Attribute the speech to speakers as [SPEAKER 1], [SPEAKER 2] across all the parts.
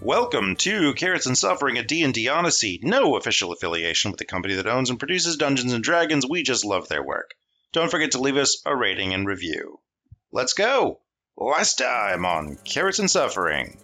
[SPEAKER 1] Welcome to Carrots and Suffering, a D&D Odyssey. No official affiliation with the company that owns and produces Dungeons & Dragons. We just love their work. Don't forget to leave us a rating and review. Let's go! Last time on Carrots and Suffering.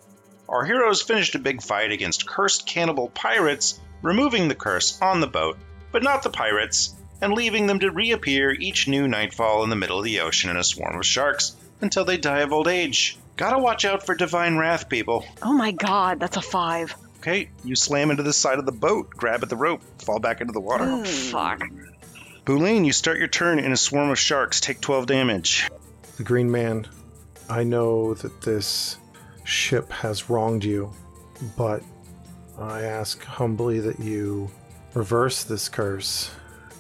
[SPEAKER 1] Our heroes finished a big fight against cursed cannibal pirates, removing the curse on the boat, but not the pirates, and leaving them to reappear each new nightfall in the middle of the ocean in a swarm of sharks until they die of old age. Gotta watch out for divine wrath, people.
[SPEAKER 2] Oh my god, that's a five.
[SPEAKER 1] Okay, you slam into the side of the boat, grab at the rope, fall back into the water.
[SPEAKER 2] Oh, fuck.
[SPEAKER 1] Boulain, you start your turn in a swarm of sharks, take 12 damage.
[SPEAKER 3] The Green Man, I know that this ship has wronged you, but I ask humbly that you reverse this curse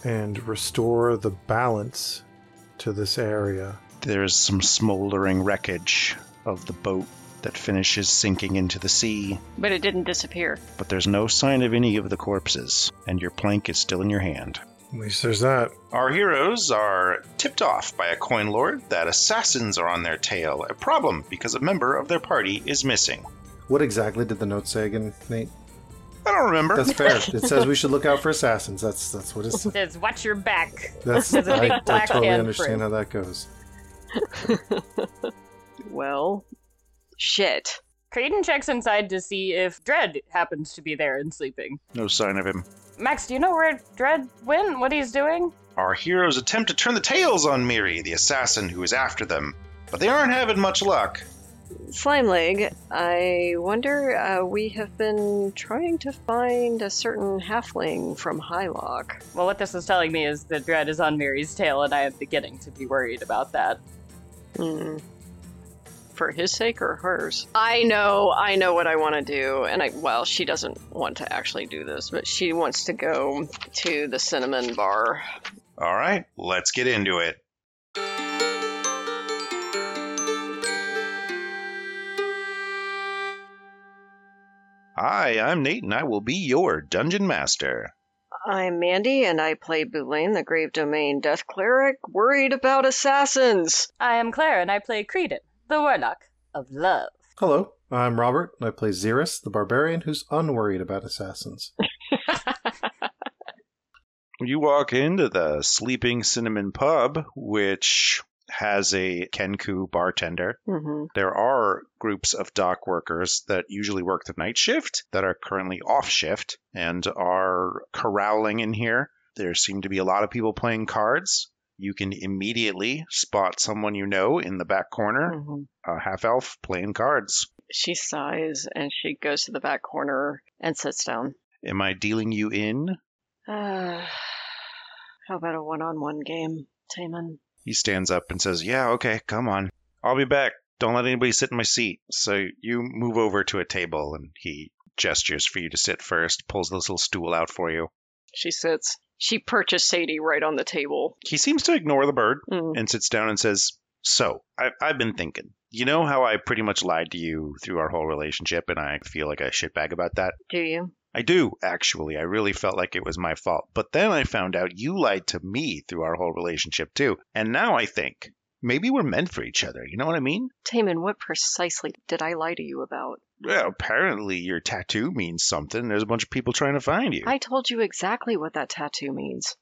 [SPEAKER 3] and restore the balance to this area.
[SPEAKER 1] There's some smoldering wreckage of the boat that finishes sinking into the sea,
[SPEAKER 2] But it didn't disappear.
[SPEAKER 1] but there's no sign of any of the corpses, and your plank is still in your hand.
[SPEAKER 3] At least there's that.
[SPEAKER 1] Our heroes are tipped off by a coin lord that assassins are on their tail, a problem because a member of their party is missing.
[SPEAKER 3] What exactly did the note say again, Nate?
[SPEAKER 1] I don't remember.
[SPEAKER 3] That's fair. it says we should look out for assassins. That's that's what it says.
[SPEAKER 4] says, "Watch your back."
[SPEAKER 3] That's
[SPEAKER 4] There's a
[SPEAKER 3] I,
[SPEAKER 4] big
[SPEAKER 3] I
[SPEAKER 4] black
[SPEAKER 3] totally
[SPEAKER 4] handprint.
[SPEAKER 3] understand how that goes.
[SPEAKER 2] Well, shit.
[SPEAKER 4] Creighton checks inside to see if Dread happens to be there and sleeping.
[SPEAKER 1] no sign of him.
[SPEAKER 4] Max, do you know where Dread went? What he's doing?
[SPEAKER 1] Our heroes attempt to turn the tails on Miri, the assassin who is after them, but they aren't having much luck.
[SPEAKER 2] Slime Leg, I wonder, uh, we have been trying to find a certain halfling from Highlock.
[SPEAKER 4] Well, what this is telling me is that Dread is on Mary's tail, and I am beginning to be worried about that.
[SPEAKER 2] Hmm. For his sake or hers? I know, I know what I want to do, and I, well, she doesn't want to actually do this, but she wants to go to the cinnamon bar.
[SPEAKER 1] All right, let's get into it. Hi, I'm Nate, and I will be your dungeon master.
[SPEAKER 2] I'm Mandy, and I play Boulain, the Grave Domain Death Cleric, worried about assassins.
[SPEAKER 4] I am Claire, and I play Creedon, the Warlock of Love.
[SPEAKER 3] Hello, I'm Robert, and I play Xeris, the barbarian who's unworried about assassins.
[SPEAKER 1] You walk into the Sleeping Cinnamon Pub, which has a Kenku bartender.
[SPEAKER 2] Mm-hmm.
[SPEAKER 1] There are groups of dock workers that usually work the night shift that are currently off shift and are corralling in here. There seem to be a lot of people playing cards. You can immediately spot someone you know in the back
[SPEAKER 2] Hmm.
[SPEAKER 1] corner,
[SPEAKER 2] Mm-hmm.
[SPEAKER 1] a half elf playing cards.
[SPEAKER 2] She sighs and she goes to the back corner and sits down.
[SPEAKER 1] Am I dealing you in?
[SPEAKER 2] Uh, how about a one on one game, Taman?
[SPEAKER 1] He stands up and says, Yeah, okay, come on. I'll be back. Don't let anybody sit in my seat. So you move over to a table and he gestures for you to sit first, pulls this little stool out for you.
[SPEAKER 2] She sits. She perches Sadie right on the table.
[SPEAKER 1] He seems to ignore the bird.
[SPEAKER 2] Mm.
[SPEAKER 1] and sits down and says, So, I, I've been thinking. You know how I pretty much lied to you through our whole relationship, and I feel like a shitbag about that?
[SPEAKER 2] Do you?
[SPEAKER 1] I do, actually. I really felt like it was my fault. But then I found out you lied to me through our whole relationship, too. And now I think maybe we're meant for each other. You know what I mean?
[SPEAKER 2] Taman, what precisely did I lie to you about?
[SPEAKER 1] Well, apparently your tattoo means something. There's a bunch of people trying to find you.
[SPEAKER 2] I told you exactly what that tattoo means.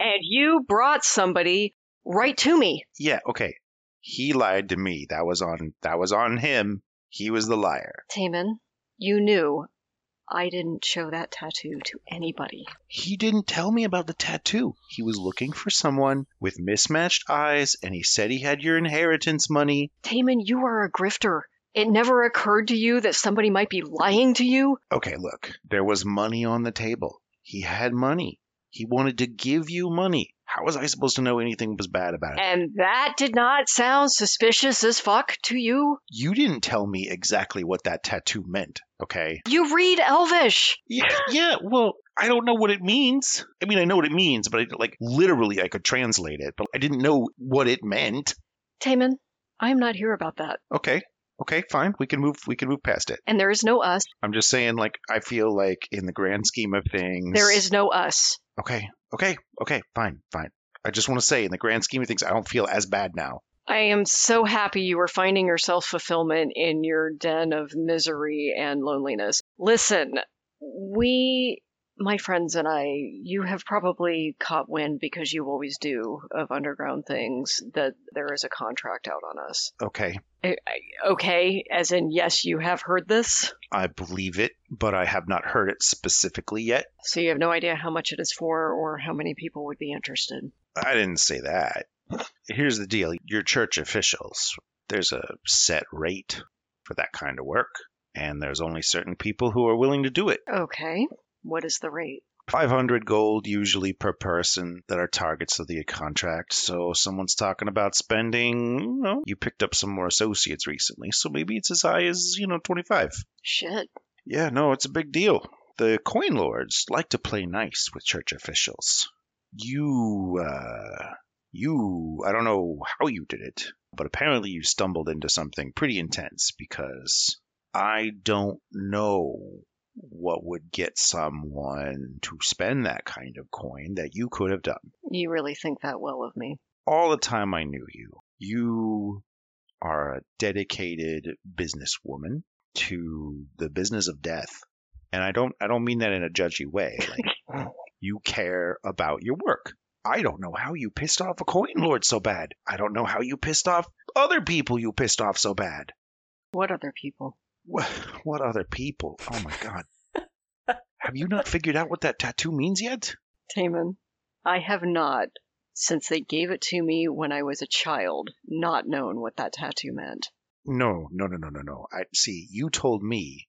[SPEAKER 2] And you brought somebody right to me.
[SPEAKER 1] Yeah, okay. He lied to me. That was on that was on him. He was the liar.
[SPEAKER 2] Taman, you knew I didn't show that tattoo to anybody.
[SPEAKER 1] He didn't tell me about the tattoo. He was looking for someone with mismatched eyes, and he said he had your inheritance money.
[SPEAKER 2] Taman, you are a grifter. It never occurred to you that somebody might be lying to you?
[SPEAKER 1] Okay, look, there was money on the table. He had money. He wanted to give you money. How was I supposed to know anything was bad about it?
[SPEAKER 2] And that did not sound suspicious as fuck to you?
[SPEAKER 1] You didn't tell me exactly what that tattoo meant, okay?
[SPEAKER 2] You read Elvish!
[SPEAKER 1] Yeah, yeah, well, I don't know what it means. I mean, I know what it means, but I, like literally I could translate it, but I didn't know what it meant.
[SPEAKER 2] Taman, I am not here about that.
[SPEAKER 1] Okay. Okay, fine. We can move we can move past it.
[SPEAKER 2] And there is no us.
[SPEAKER 1] I'm just saying, like, I feel like in the grand scheme of things,
[SPEAKER 2] There is no us.
[SPEAKER 1] Okay, okay, okay, fine, fine. I just want to say, in the grand scheme of things, I don't feel as bad now.
[SPEAKER 2] I am so happy you are finding yourself fulfillment in your den of misery and loneliness. Listen, we, my friends and I, you have probably caught wind because you always do of underground things that there is a contract out on us.
[SPEAKER 1] Okay,
[SPEAKER 2] I- I- Okay, as in, yes, you have heard this.
[SPEAKER 1] I believe it, but I have not heard it specifically yet.
[SPEAKER 2] So you have no idea how much it is for or how many people would be interested.
[SPEAKER 1] I didn't say that. Here's the deal your church officials, there's a set rate for that kind of work, and there's only certain people who are willing to do it.
[SPEAKER 2] Okay, what is the rate?
[SPEAKER 1] 500 gold usually per person that are targets of the contract. So if someone's talking about spending, you know, you picked up some more associates recently, so maybe it's as high as, you know, 25.
[SPEAKER 2] Shit.
[SPEAKER 1] Yeah, no, it's a big deal. The coin lords like to play nice with church officials. You, uh, you, I don't know how you did it, but apparently you stumbled into something pretty intense because I don't know what would get someone to spend that kind of coin that you could have done
[SPEAKER 2] You really think that well of me.
[SPEAKER 1] all the time I knew you, you are a dedicated businesswoman to the business of death. And I don't I don't mean that in a judgy way. Like you care about your work. I don't know how you pissed off a coin lord so bad. I don't know how you pissed off other people you pissed off so bad.
[SPEAKER 2] What other people?
[SPEAKER 1] What, what other people? Oh my god. Have you not figured out what that tattoo means yet?
[SPEAKER 2] Taman, I have not, since they gave it to me when I was a child, not known what that tattoo meant.
[SPEAKER 1] No, no, no, no, no, no. I see. You told me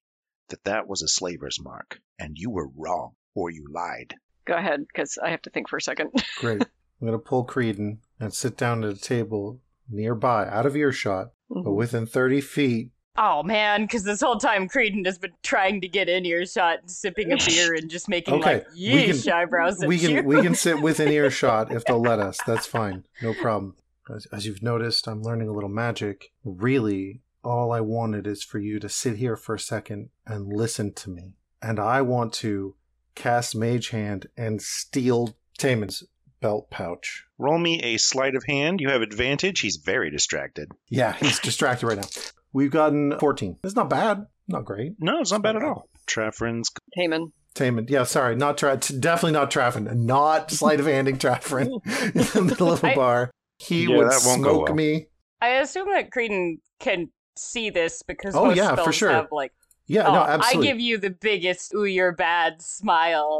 [SPEAKER 1] that that was a slaver's mark, and you were wrong, or you lied.
[SPEAKER 2] Go ahead, because I have to think for a second.
[SPEAKER 3] Great. I'm going to pull Creedon and sit down at a table nearby, out of earshot, but
[SPEAKER 2] Mm-hmm.
[SPEAKER 3] within 30 feet.
[SPEAKER 4] Oh man, because this whole time Creedon has been trying to get in earshot, and sipping a beer, and just making
[SPEAKER 3] Okay,
[SPEAKER 4] like
[SPEAKER 3] we can-
[SPEAKER 4] yeesh eyebrows at
[SPEAKER 3] We
[SPEAKER 4] you.
[SPEAKER 3] can we can sit within earshot if they'll let us. That's fine. No problem. As, as you've noticed, I'm learning a little magic. Really, all I wanted is for you to sit here for a second and listen to me. And I want to cast Mage Hand and steal Taman's belt pouch.
[SPEAKER 1] Roll me a sleight of hand. You have advantage. He's very distracted.
[SPEAKER 3] Yeah, he's distracted right now. We've gotten 14. It's not bad. Not great.
[SPEAKER 1] No, it's not bad at all. Traffrin's.
[SPEAKER 2] Taman,
[SPEAKER 3] Taman. Yeah, sorry, not tra- t- definitely not Traffin. Not sleight of handing Traffin in the middle of a
[SPEAKER 4] I-
[SPEAKER 3] bar. He
[SPEAKER 1] Yeah,
[SPEAKER 3] would
[SPEAKER 1] that won't go
[SPEAKER 3] smoke
[SPEAKER 1] well.
[SPEAKER 3] me.
[SPEAKER 4] I assume that Creedon can see this because
[SPEAKER 3] Oh,
[SPEAKER 4] most
[SPEAKER 3] yeah, for
[SPEAKER 4] spells
[SPEAKER 3] sure.
[SPEAKER 4] have like.
[SPEAKER 3] Yeah,
[SPEAKER 4] oh,
[SPEAKER 3] no,
[SPEAKER 4] I
[SPEAKER 3] absolutely.
[SPEAKER 4] give you the biggest ooh you're bad smile.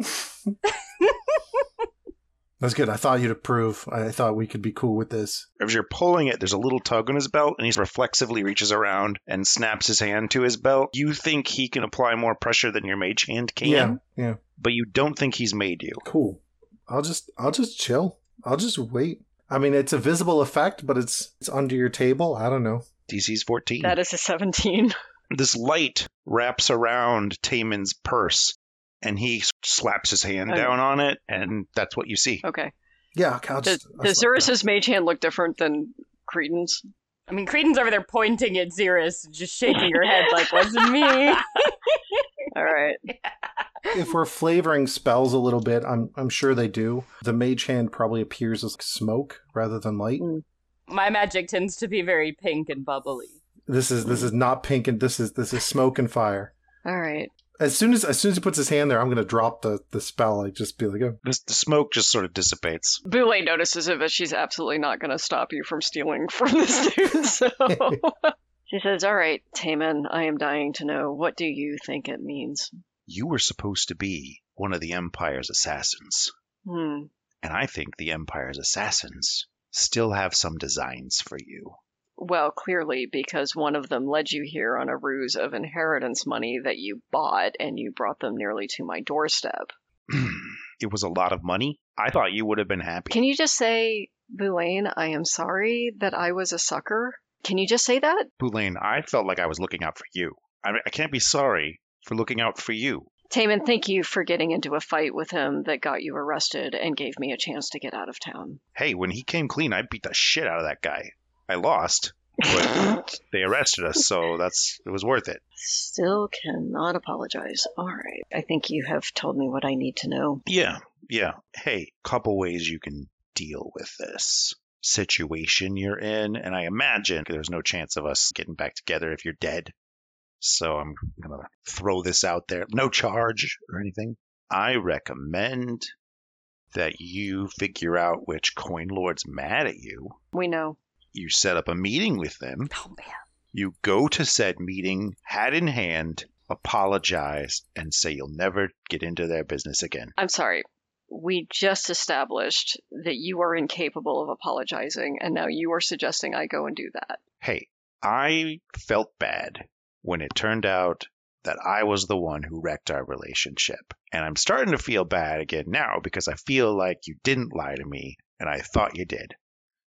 [SPEAKER 3] That's good. I thought you'd approve. I I thought we could be cool with this.
[SPEAKER 1] As you're pulling it, there's a little tug on his belt, and he reflexively reaches around and snaps his hand to his belt. You think he can apply more pressure than your mage hand can,
[SPEAKER 3] Yeah, yeah,
[SPEAKER 1] but you don't think he's made you.
[SPEAKER 3] cool. I'll just, I'll just chill. I'll just wait. I mean, it's a visible effect, but it's it's under your table. I don't know.
[SPEAKER 1] DC's 14.
[SPEAKER 2] that is a 17.
[SPEAKER 1] this light wraps around Taman's purse, and he s- slaps his hand
[SPEAKER 2] Okay.
[SPEAKER 1] down on it, and that's what you see.
[SPEAKER 2] Okay.
[SPEAKER 3] Yeah, okay, I'll
[SPEAKER 2] Does,
[SPEAKER 3] just. I'll
[SPEAKER 2] does
[SPEAKER 3] just let it go.
[SPEAKER 2] Zerus's mage hand look different than Creedon's?
[SPEAKER 4] I mean, Creedon's over there pointing at Xeris and just shaking her head like, wasn't me.
[SPEAKER 2] All right.
[SPEAKER 3] if we're flavoring spells a little bit, I'm I'm sure they do. The mage hand probably appears as smoke rather than light.
[SPEAKER 4] My magic tends to be very pink and bubbly.
[SPEAKER 3] This is this is not pink and this is this is smoke and fire.
[SPEAKER 2] All right.
[SPEAKER 3] As soon as as soon as he puts his hand there, I'm gonna drop the the spell. Like just be like, oh.
[SPEAKER 1] This, the smoke just sort of dissipates.
[SPEAKER 2] Boulay notices it, but she's absolutely not going to stop you from stealing from this dude. So she says, All right, Taman, I am dying to know. What do you think it means?
[SPEAKER 1] You were supposed to be one of the Empire's assassins,
[SPEAKER 2] Hmm.
[SPEAKER 1] and I think the Empire's assassins still have some designs for you.
[SPEAKER 2] Well, clearly, because one of them led you here on a ruse of inheritance money that you bought and you brought them nearly to my doorstep.
[SPEAKER 1] it was a lot of money. I thought you would have been happy.
[SPEAKER 2] Can you just say, Boulain, I am sorry that I was a sucker? Can you just say that?
[SPEAKER 1] Boulain, I felt like I was looking out for you. I, mean, I can't be sorry for looking out for you.
[SPEAKER 2] Taman, thank you for getting into a fight with him that got you arrested and gave me a chance to get out of town.
[SPEAKER 1] hey, when he came clean, I beat the shit out of that guy. I lost, but they arrested us, so that's it was worth it.
[SPEAKER 2] Still cannot apologize. All right. I think you have told me what I need to know.
[SPEAKER 1] Yeah, yeah. Hey, couple ways you can deal with this. situation you're in. And I imagine there's no chance of us getting back together if you're dead. So I'm going to throw this out there. No charge or anything. I recommend that you figure out which coin lord's mad at you.
[SPEAKER 2] We know.
[SPEAKER 1] You set up a meeting with them.
[SPEAKER 4] Oh man.
[SPEAKER 1] You go to said meeting, hat in hand, apologize, and say you'll never get into their business again.
[SPEAKER 2] I'm sorry. We just established that you are incapable of apologizing, and now you are suggesting I go and do that.
[SPEAKER 1] Hey, I felt bad when it turned out that I was the one who wrecked our relationship. And I'm starting to feel bad again now because I feel like you didn't lie to me and I thought you did.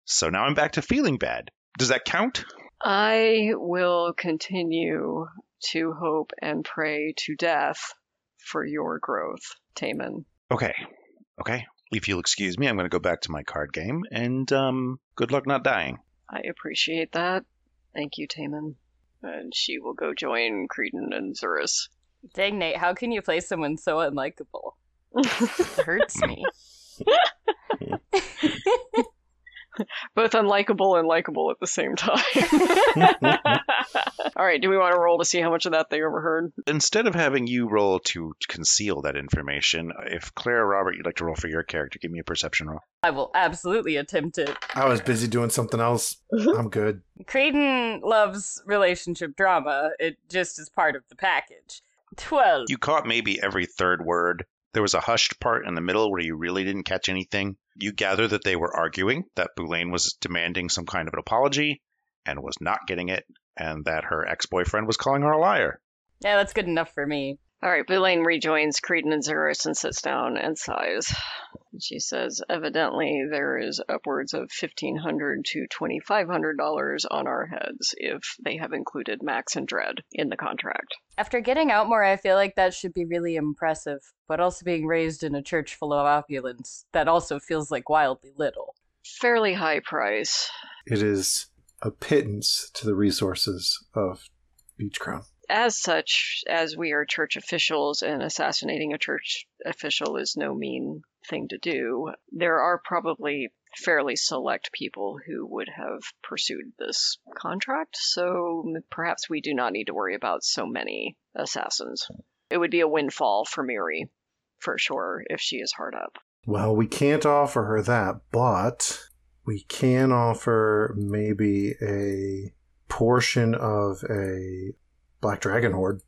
[SPEAKER 1] So now I'm back to feeling bad. Does that count?
[SPEAKER 2] I will continue to hope and pray to death for your growth, Taman.
[SPEAKER 1] Okay. Okay. If you'll excuse me, I'm going to go back to my card game and um, good luck not dying.
[SPEAKER 2] I appreciate that. Thank you, Taman. And she will go join Creedon and Zerus.
[SPEAKER 4] Dang Nate, how can you play someone so unlikable? It hurts me.
[SPEAKER 2] Both unlikable and likable at the same time.
[SPEAKER 3] oh.
[SPEAKER 2] All right, do we want to roll to see how much of that they overheard?
[SPEAKER 1] Instead of having you roll to conceal that information, if Claire or Robert, you'd like to roll for your character, give me a perception roll.
[SPEAKER 4] I will absolutely attempt it.
[SPEAKER 3] I was busy doing something else. I'm good.
[SPEAKER 4] Creighton loves relationship drama. It just is part of the package. Twelve.
[SPEAKER 1] You caught maybe every third word. There was a hushed part in the middle where you really didn't catch anything. You gather that they were arguing, that Boulain was demanding some kind of an apology and was not getting it, and that her ex boyfriend was calling her a liar.
[SPEAKER 4] Yeah, that's good enough for me.
[SPEAKER 2] All right, Boulain rejoins Creedon and Zerus and sits down and sighs. She says, evidently, there is upwards of $1,500 to $2,500 on our heads if they have included Max and Dread in the contract.
[SPEAKER 4] After getting out more, I feel like that should be really impressive, but also being raised in a church full of opulence, that also feels like wildly little.
[SPEAKER 2] Fairly high price.
[SPEAKER 3] It is a pittance to the resources of Beach Crown.
[SPEAKER 2] As such, as we are church officials and assassinating a church official is no mean thing to do, there are probably fairly select people who would have pursued this contract, so perhaps we do not need to worry about so many assassins. It would be a windfall for Miri, for sure, if she is hard up.
[SPEAKER 3] Well, we can't offer her that, but we can offer maybe a portion of a Black Dragon Horde.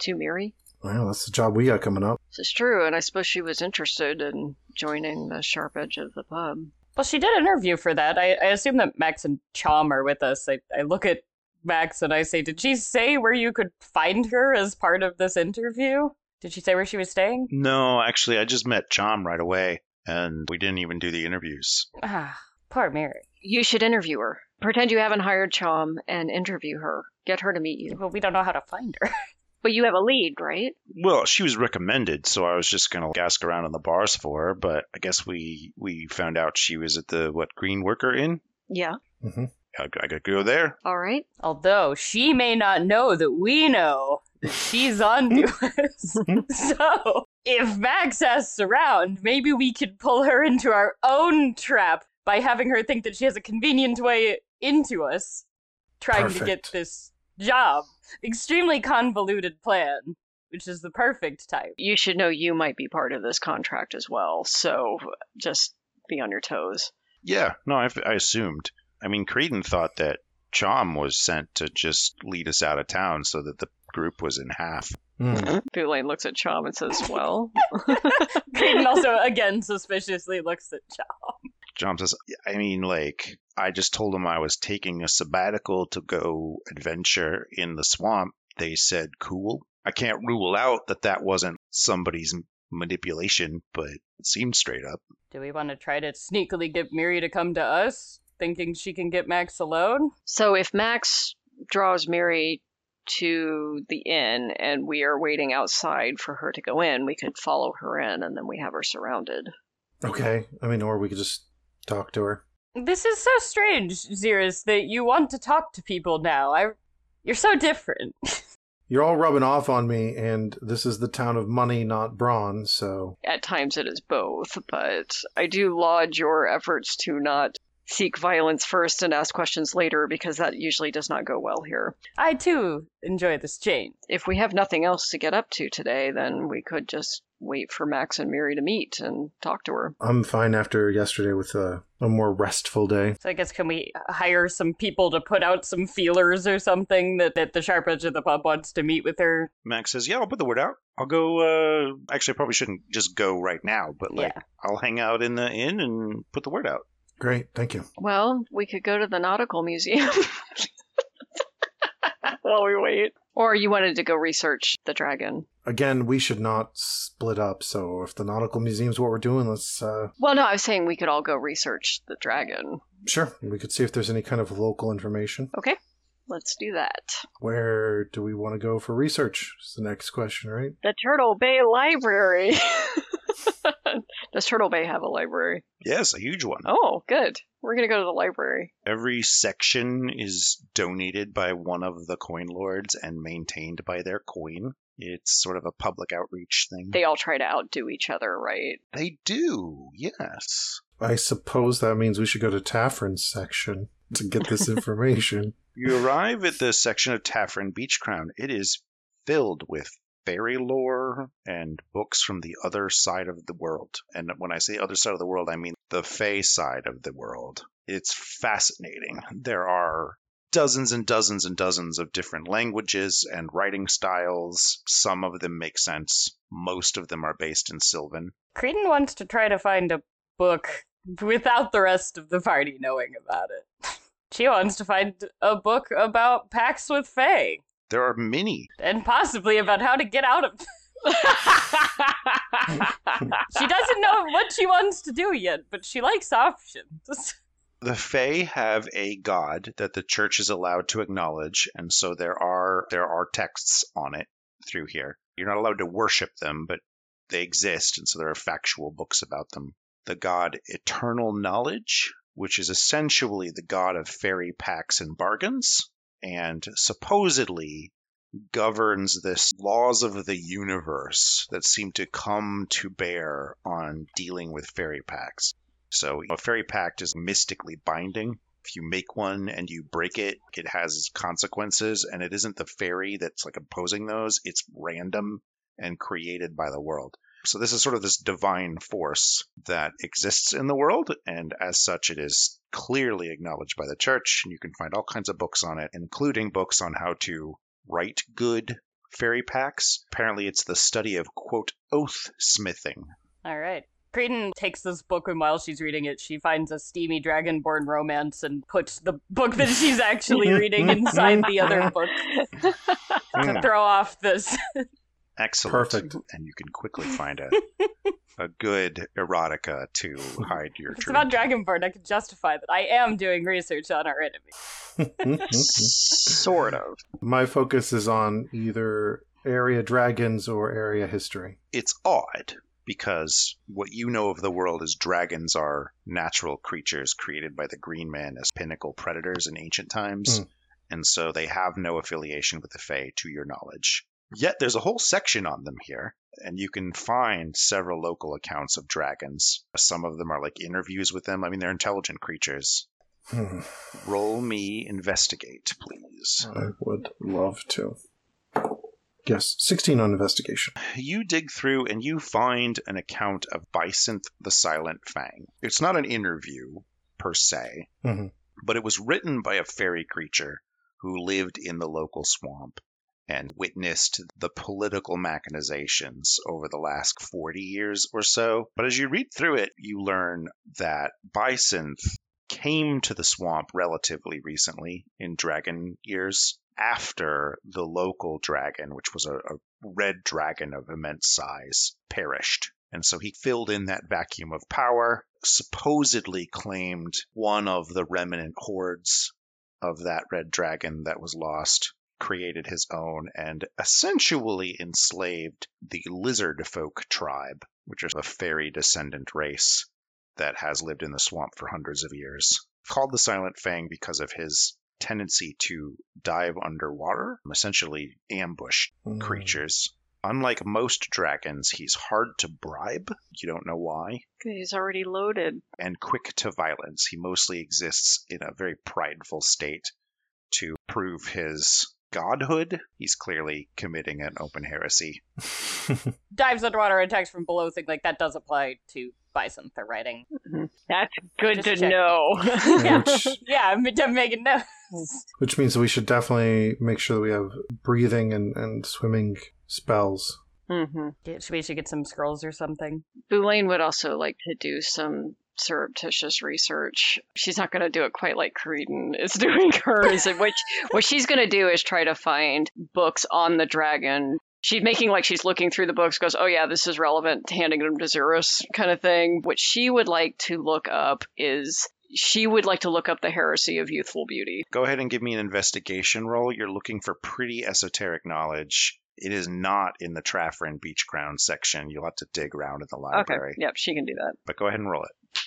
[SPEAKER 2] To Miri?
[SPEAKER 3] Well, that's the job we got coming up.
[SPEAKER 2] This is true, and I suppose she was interested in joining the sharp edge of the pub.
[SPEAKER 4] Well, she did interview for that. I, I assume that Max and Chom are with us. I, I look at Max and I say, Did she say where you could find her as part of this interview? Did she say where she was staying?
[SPEAKER 1] No, actually, I just met Chom right away, and we didn't even do the interviews.
[SPEAKER 4] Ah, poor Mary.
[SPEAKER 2] You should interview her. Pretend you haven't hired Chom and interview her. Get her to meet you.
[SPEAKER 4] Well, we don't know how to find her.
[SPEAKER 2] But you have a lead, right?
[SPEAKER 1] Well, she was recommended, so I was just gonna ask around in the bars for her, but I guess we we found out she was at the what Green Worker Inn.
[SPEAKER 2] Yeah.
[SPEAKER 1] I, I could go there.
[SPEAKER 2] All right.
[SPEAKER 4] Although she may not know that we know that she's on to us. so if Max asks around, maybe we could pull her into our own trap by having her think that she has a convenient way into us, trying to get
[SPEAKER 3] Perfect.
[SPEAKER 4] this job. Extremely convoluted plan, which is the perfect type.
[SPEAKER 2] You should know you might be part of this contract as well, so just be on your toes.
[SPEAKER 1] Yeah, no, I, I assumed. I mean, Creighton thought that Chom was sent to just lead us out of town so that the group was in half.
[SPEAKER 2] Hmm.
[SPEAKER 3] Mm.
[SPEAKER 2] Boulain looks at Chom and says, Well,
[SPEAKER 4] Creighton also, again, suspiciously looks at Chop.
[SPEAKER 1] Chom says, I mean, like, I just told him I was taking a sabbatical to go adventure in the swamp. They said, cool. I can't rule out that that wasn't somebody's m- manipulation, but it seemed straight up.
[SPEAKER 4] Do we want to try to sneakily get Miri to come to us, thinking she can get Max alone?
[SPEAKER 2] so if Max draws Mary to the inn and we are waiting outside for her to go in, we could follow her in and then we have her surrounded.
[SPEAKER 3] Okay. I mean, or we could just talk to her.
[SPEAKER 4] This is so strange, Xeris, that you want to talk to people now. I, you're so different.
[SPEAKER 3] You're all rubbing off on me, and this is the town of money, not brawn, so
[SPEAKER 2] At times it is both, but I do laud your efforts to not seek violence first and ask questions later because that usually does not go well here.
[SPEAKER 4] I too enjoy this chain.
[SPEAKER 2] If we have nothing else to get up to today, then we could just wait for Max and Miri to meet and talk to her.
[SPEAKER 3] I'm fine after yesterday with a, a more restful day.
[SPEAKER 4] So I guess can we hire some people to put out some feelers or something that, that the sharp edge of the pub wants to meet with her?
[SPEAKER 1] Max says, "Yeah, I'll put the word out. I'll go. Uh, actually, I probably shouldn't just go right now, but like
[SPEAKER 4] Yeah.
[SPEAKER 1] I'll hang out in the inn and put the word out."
[SPEAKER 3] Great, thank you.
[SPEAKER 2] Well, we could go to the Nautical Museum while we wait. Or you wanted to go research the dragon.
[SPEAKER 3] Again, we should not split up. So if the Nautical Museum's what we're doing, let's uh,
[SPEAKER 2] Well, no, I was saying we could all go research the dragon.
[SPEAKER 3] sure we could see if there's any kind of local information.
[SPEAKER 2] Okay, let's do that.
[SPEAKER 3] Where do we want to go for research? Is the next question, right?
[SPEAKER 2] The Turtle Bay Library. Does Turtle Bay have a library?
[SPEAKER 1] Yes, a huge one.
[SPEAKER 2] Oh, good. We're going to go to the library.
[SPEAKER 1] Every section is donated by one of the coin lords and maintained by their coin. It's sort of a public outreach thing.
[SPEAKER 2] They all try to outdo each other, right?
[SPEAKER 1] They do, yes.
[SPEAKER 3] I suppose that means we should go to Taffrin's section to get this information.
[SPEAKER 1] You arrive at the section of Taffrin Beach Crown. It is filled with fairy lore and books from the other side of the world. And when I say other side of the world, I mean the Fey side of the world. It's fascinating. There are dozens and dozens and dozens of different languages and writing styles. Some of them make sense. Most of them are based in Sylvan.
[SPEAKER 4] Creighton wants to try to find a book without the rest of the party knowing about it. She wants to find a book about pacts with Fae
[SPEAKER 1] There are many.
[SPEAKER 4] and possibly about how to get out of. she doesn't know what she wants to do yet, but she likes options.
[SPEAKER 1] The Fae have a god that the church is allowed to acknowledge, and so there are there are texts on it through here. You're not allowed to worship them, but they exist, and so there are factual books about them. The god Eternal Knowledge, which is essentially the god of fairy pacts and bargains, and supposedly governs this laws of the universe that seem to come to bear on dealing with fairy pacts. So a fairy pact is mystically binding. If you make one and you break it, it has consequences, and it isn't the fairy that's like imposing those. It's random and created by the world. So this is sort of this divine force that exists in the world, and as such, it is clearly acknowledged by the church. And you can find all kinds of books on it, including books on how to write good fairy pacts. Apparently, it's the study of quote oath smithing.
[SPEAKER 4] All right. Creighton takes this book, and while she's reading it, she finds a steamy dragonborn romance and puts the book that she's actually reading inside the other book to throw off this.
[SPEAKER 1] Excellent.
[SPEAKER 3] Perfect.
[SPEAKER 1] And you can quickly find a a good erotica to hide your
[SPEAKER 4] It's
[SPEAKER 1] true.
[SPEAKER 4] about dragonborn. I can justify that I am doing research on our enemy.
[SPEAKER 3] Mm-hmm.
[SPEAKER 2] sort of.
[SPEAKER 3] My focus is on either area dragons or area history.
[SPEAKER 1] It's odd because what you know of the world is dragons are natural creatures created by the green man as pinnacle predators in ancient times.
[SPEAKER 3] Mm.
[SPEAKER 1] And so they have no affiliation with the Fae to your knowledge. Yet there's a whole section on them here, and you can find several local accounts of dragons. Some of them are like interviews with them. I mean, they're intelligent creatures.
[SPEAKER 3] Hmm,
[SPEAKER 1] Roll me investigate, please.
[SPEAKER 3] I would love to. Yes, 16 on investigation.
[SPEAKER 1] you dig through and you find an account of Bysynth the Silent Fang. It's not an interview per se,
[SPEAKER 3] Mhm.
[SPEAKER 1] but it was written by a fairy creature who lived in the local swamp and witnessed the political machinations over the last 40 years or so. But as you read through it, you learn that Bysynth came to the swamp relatively recently in dragon years after the local dragon, which was a, a red dragon of immense size perished. And so he filled in that vacuum of power, supposedly claimed one of the remnant hordes of that red dragon that was lost, created his own, and essentially enslaved the lizard folk tribe, which is a fairy descendant race that has lived in the swamp for hundreds of years. Called the Silent Fang because of his tendency to dive underwater, essentially ambush
[SPEAKER 3] Hmm.
[SPEAKER 1] creatures Unlike most dragons, he's hard to bribe. You don't know why.
[SPEAKER 2] He's already loaded.
[SPEAKER 1] And quick to violence. He mostly exists in a very prideful state to prove his godhood. He's clearly committing an open heresy.
[SPEAKER 4] Dives underwater, attacks from below, thing like that does apply to bison. They're riding.
[SPEAKER 2] That's good
[SPEAKER 4] Just
[SPEAKER 2] to
[SPEAKER 4] check.
[SPEAKER 2] know.
[SPEAKER 4] Yeah.
[SPEAKER 3] which,
[SPEAKER 4] Yeah, I'm, I'm making notes.
[SPEAKER 3] which means we should definitely make sure that we have breathing and, and swimming spells.
[SPEAKER 2] mm-hmm.
[SPEAKER 4] Get, should we should get some scrolls or something?
[SPEAKER 2] Boulain would also like to do some surreptitious research. She's not going to do it quite like Creedon is doing hers. in which what she's going to do is try to find books on the dragon. She's making like she's looking through the books, goes, "Oh yeah, this is relevant," handing them to Zerus, kind of thing. What she would like to look up is she would like to look up the heresy of youthful beauty.
[SPEAKER 1] Go ahead and give me an investigation roll. You're looking for pretty esoteric knowledge. It is not in the Traffrin Beach Crown section. You'll have to dig around in the library.
[SPEAKER 2] Okay, yep, she can do that.
[SPEAKER 1] But go ahead and roll it.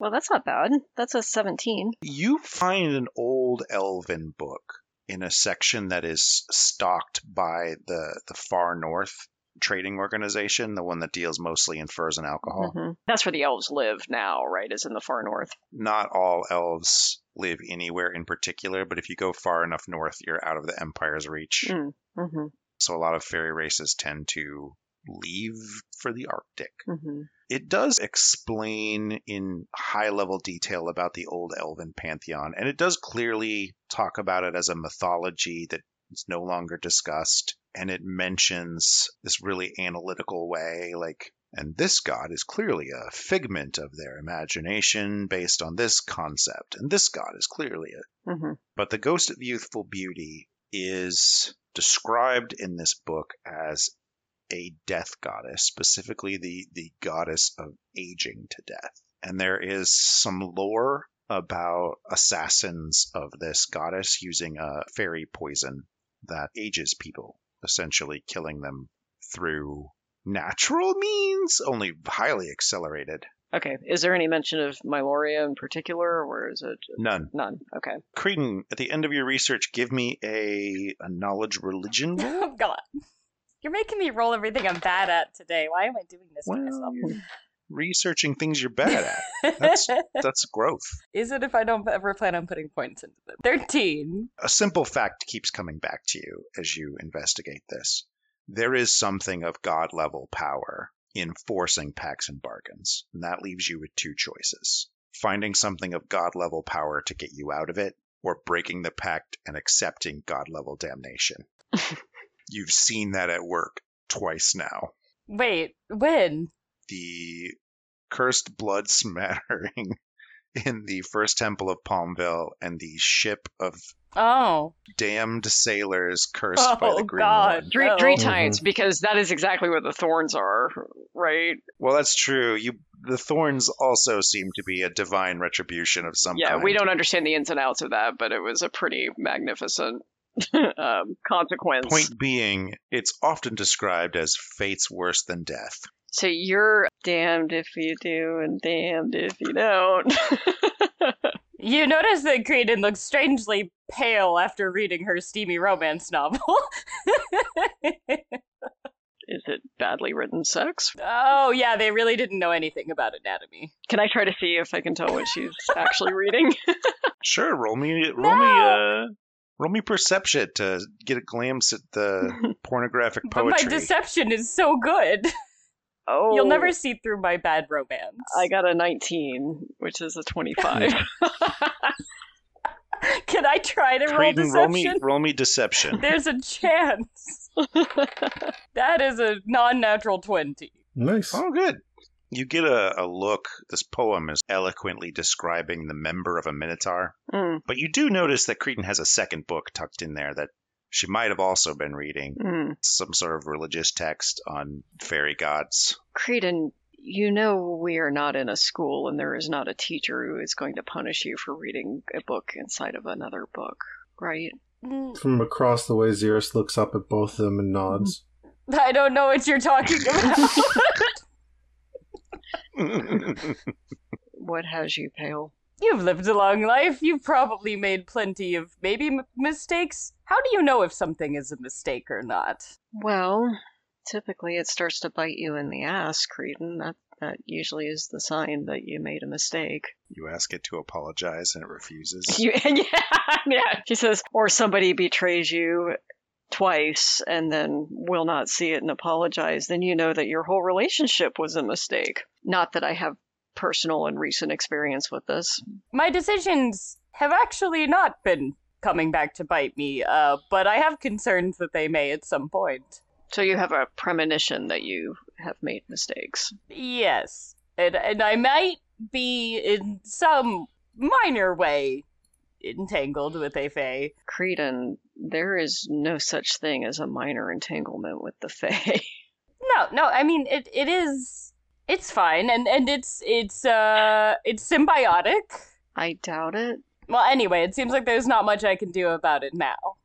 [SPEAKER 2] Well, that's not bad. That's a seventeen.
[SPEAKER 1] You find an old elven book in a section that is stocked by the the Far North trading organization, the one that deals mostly in furs and alcohol.
[SPEAKER 2] Mhm. That's where the elves live now, right? Is in the far north.
[SPEAKER 1] Not all elves live anywhere in particular, but if you go far enough north, you're out of the empire's reach.
[SPEAKER 2] Mm-hmm.
[SPEAKER 1] So a lot of fairy races tend to leave for the Arctic.
[SPEAKER 2] Mm-hmm.
[SPEAKER 1] It does explain in high level detail about the old elven pantheon, and it does clearly talk about it as a mythology that is no longer discussed. And it mentions this really analytical way, like, and this god is clearly a figment of their imagination based on this concept, and this god is clearly a
[SPEAKER 2] Mm-hmm.
[SPEAKER 1] but the ghost of youthful beauty is described in this book as a death goddess, specifically the, the goddess of aging to death. And there is some lore about assassins of this goddess using a fairy poison that ages people, essentially killing them through natural means, only highly accelerated.
[SPEAKER 2] Okay. Is there any mention of Myloria in particular, or is it
[SPEAKER 1] None.
[SPEAKER 2] none? Okay.
[SPEAKER 1] Creedon, at the end of your research, give me a, a knowledge religion roll.
[SPEAKER 4] Oh God, you're making me roll everything I'm bad at today. Why am I doing this to
[SPEAKER 1] Well,
[SPEAKER 4] myself?
[SPEAKER 1] you're researching things you're bad at. That's- That's growth.
[SPEAKER 4] Is it if I don't ever plan on putting points into them? Thirteen.
[SPEAKER 1] A simple fact keeps coming back to you as you investigate this. There is something of God level power in forcing pacts and bargains, and that leaves you with two choices finding something of God level power to get you out of it, or breaking the pact and accepting God level damnation. You've seen that at work twice now.
[SPEAKER 4] Wait, when?
[SPEAKER 1] the cursed blood smattering in the first temple of Palmville and the ship of
[SPEAKER 4] Oh,
[SPEAKER 1] damned sailors cursed by
[SPEAKER 4] Oh,
[SPEAKER 1] the green
[SPEAKER 4] God.
[SPEAKER 1] one.
[SPEAKER 2] Three,
[SPEAKER 4] Oh.
[SPEAKER 2] three
[SPEAKER 4] Mhm.
[SPEAKER 2] times, because that is exactly what the thorns are, right?
[SPEAKER 1] Well, that's true. You the thorns also seem to be a divine retribution of some
[SPEAKER 2] yeah,
[SPEAKER 1] kind.
[SPEAKER 2] we don't understand the ins and outs of that, but it was a pretty magnificent um, consequence.
[SPEAKER 1] Point being, it's often described as fate's worse than death.
[SPEAKER 2] So you're damned if you do, and damned if you don't.
[SPEAKER 4] you notice that Creedon looks strangely pale after reading her steamy romance novel.
[SPEAKER 2] is it badly written sex?
[SPEAKER 4] oh yeah, they really didn't know anything about anatomy.
[SPEAKER 2] Can I try to see if I can tell what she's actually reading?
[SPEAKER 1] Sure, roll me roll me uh roll me perception to get a glimpse at the pornographic
[SPEAKER 4] But
[SPEAKER 1] poetry.
[SPEAKER 4] my deception is so good.
[SPEAKER 2] Oh,
[SPEAKER 4] You'll never see through my bad romance.
[SPEAKER 2] I got a 19, which is a 25.
[SPEAKER 4] Can I try to roll
[SPEAKER 1] Creedon, roll me
[SPEAKER 4] deception?
[SPEAKER 1] roll me deception.
[SPEAKER 4] There's a chance. that is a non-natural twenty.
[SPEAKER 3] Nice.
[SPEAKER 1] Oh, good. You get a, a look. This poem is eloquently describing the member of a minotaur.
[SPEAKER 2] Mm,
[SPEAKER 1] But you do notice that Cretan has a second book tucked in there that she might have also been reading
[SPEAKER 2] mm.
[SPEAKER 1] some sort of religious text on fairy gods.
[SPEAKER 2] Creedon, you know we are not in a school and there is not a teacher who is going to punish you for reading a book inside of another book, right?
[SPEAKER 3] From across the way, Xerus looks up at both of them and nods.
[SPEAKER 4] I don't know what you're talking about.
[SPEAKER 2] What has you pale?
[SPEAKER 4] You've lived a long life. You've probably made plenty of maybe m- mistakes. How do you know if something is a mistake or not?
[SPEAKER 2] Well, Typically, it starts to bite you in the ass, Creedon. That that usually is the sign that you made a mistake.
[SPEAKER 1] You ask it to apologize and it refuses.
[SPEAKER 2] You, yeah, yeah. She says, or somebody betrays you twice and then will not see it and apologize, then you know that your whole relationship was a mistake. Not that I have personal and recent experience with this.
[SPEAKER 4] My decisions have actually not been coming back to bite me, uh, but I have concerns that they may at some point.
[SPEAKER 2] So you have a premonition that you have made mistakes.
[SPEAKER 4] Yes, and and I might be in some minor way entangled with a fae.
[SPEAKER 2] Creedon, there is no such thing as a minor entanglement with the Fae.
[SPEAKER 4] No, no, I mean it. It is. It's fine, and and it's it's uh it's symbiotic.
[SPEAKER 2] I doubt it.
[SPEAKER 4] Well, anyway, it seems like there's not much I can do about it now.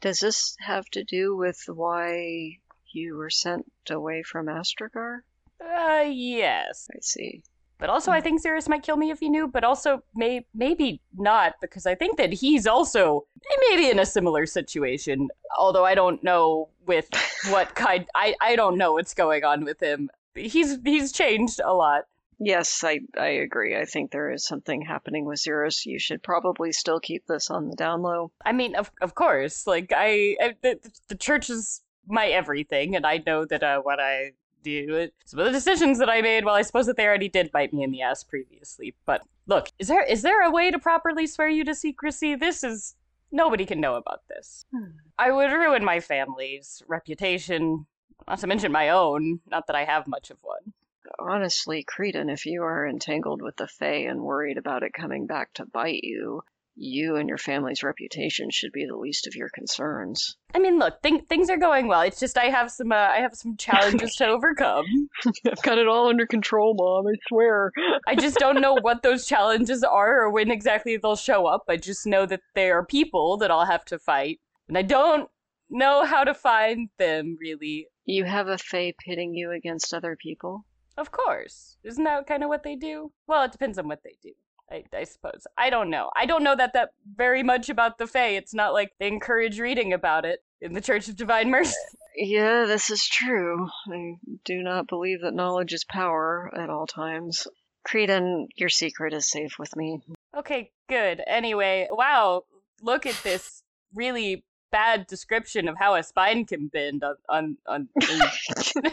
[SPEAKER 2] Does this have to do with why you were sent away from Astragar?
[SPEAKER 4] Uh, yes.
[SPEAKER 2] I see.
[SPEAKER 4] But also, I think Sirius might kill me if he knew, but also may- maybe not, because I think that he's also maybe in a similar situation, although I don't know with what kind. I, I don't know what's going on with him. He's he's changed a lot.
[SPEAKER 2] Yes, I, I agree. I think there is something happening with Xeros. You should probably still keep this on the down low.
[SPEAKER 4] I mean, of of course, like I, I the, the church is my everything, and I know that uh, what I do, some of the decisions that I made. Well, I suppose that they already did bite me in the ass previously. But look, is there is there a way to properly swear you to secrecy? This is nobody can know about this.
[SPEAKER 2] Hmm.
[SPEAKER 4] I would ruin my family's reputation, not to mention my own. Not that I have much of one.
[SPEAKER 2] Honestly, Creedon, if you are entangled with the Fae and worried about it coming back to bite you, you and your family's reputation should be the least of your concerns.
[SPEAKER 4] I mean, look, thing, things are going well. It's just I have some uh, I have some challenges to overcome.
[SPEAKER 2] I've got it all under control, Mom, I swear.
[SPEAKER 4] I just don't know what those challenges are or when exactly they'll show up. I just know that they are people that I'll have to fight, and I don't know how to find them really.
[SPEAKER 2] You have a Fae pitting you against other people?
[SPEAKER 4] Of course, isn't that kind of what they do? Well, it depends on what they do. I, I suppose. I don't know. I don't know that that very much about the Fae. It's not like they encourage reading about it in the Church of Divine Mercy.
[SPEAKER 2] Yeah, this is true. I do not believe that knowledge is power at all times. Creedon, your secret is safe with me.
[SPEAKER 4] Okay, good. Anyway, wow, look at this really bad description of how a spine can bend on on on.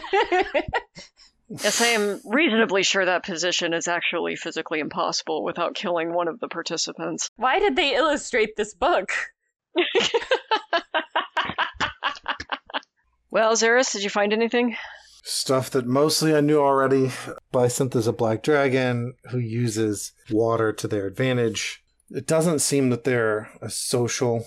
[SPEAKER 2] Yes, I am reasonably sure that position is actually physically impossible without killing one of the participants.
[SPEAKER 4] Why did they illustrate this book?
[SPEAKER 2] Well, Xeris, did you find anything?
[SPEAKER 3] Stuff that mostly I knew already. Bysynth is a black dragon who uses water to their advantage. It doesn't seem that they're as social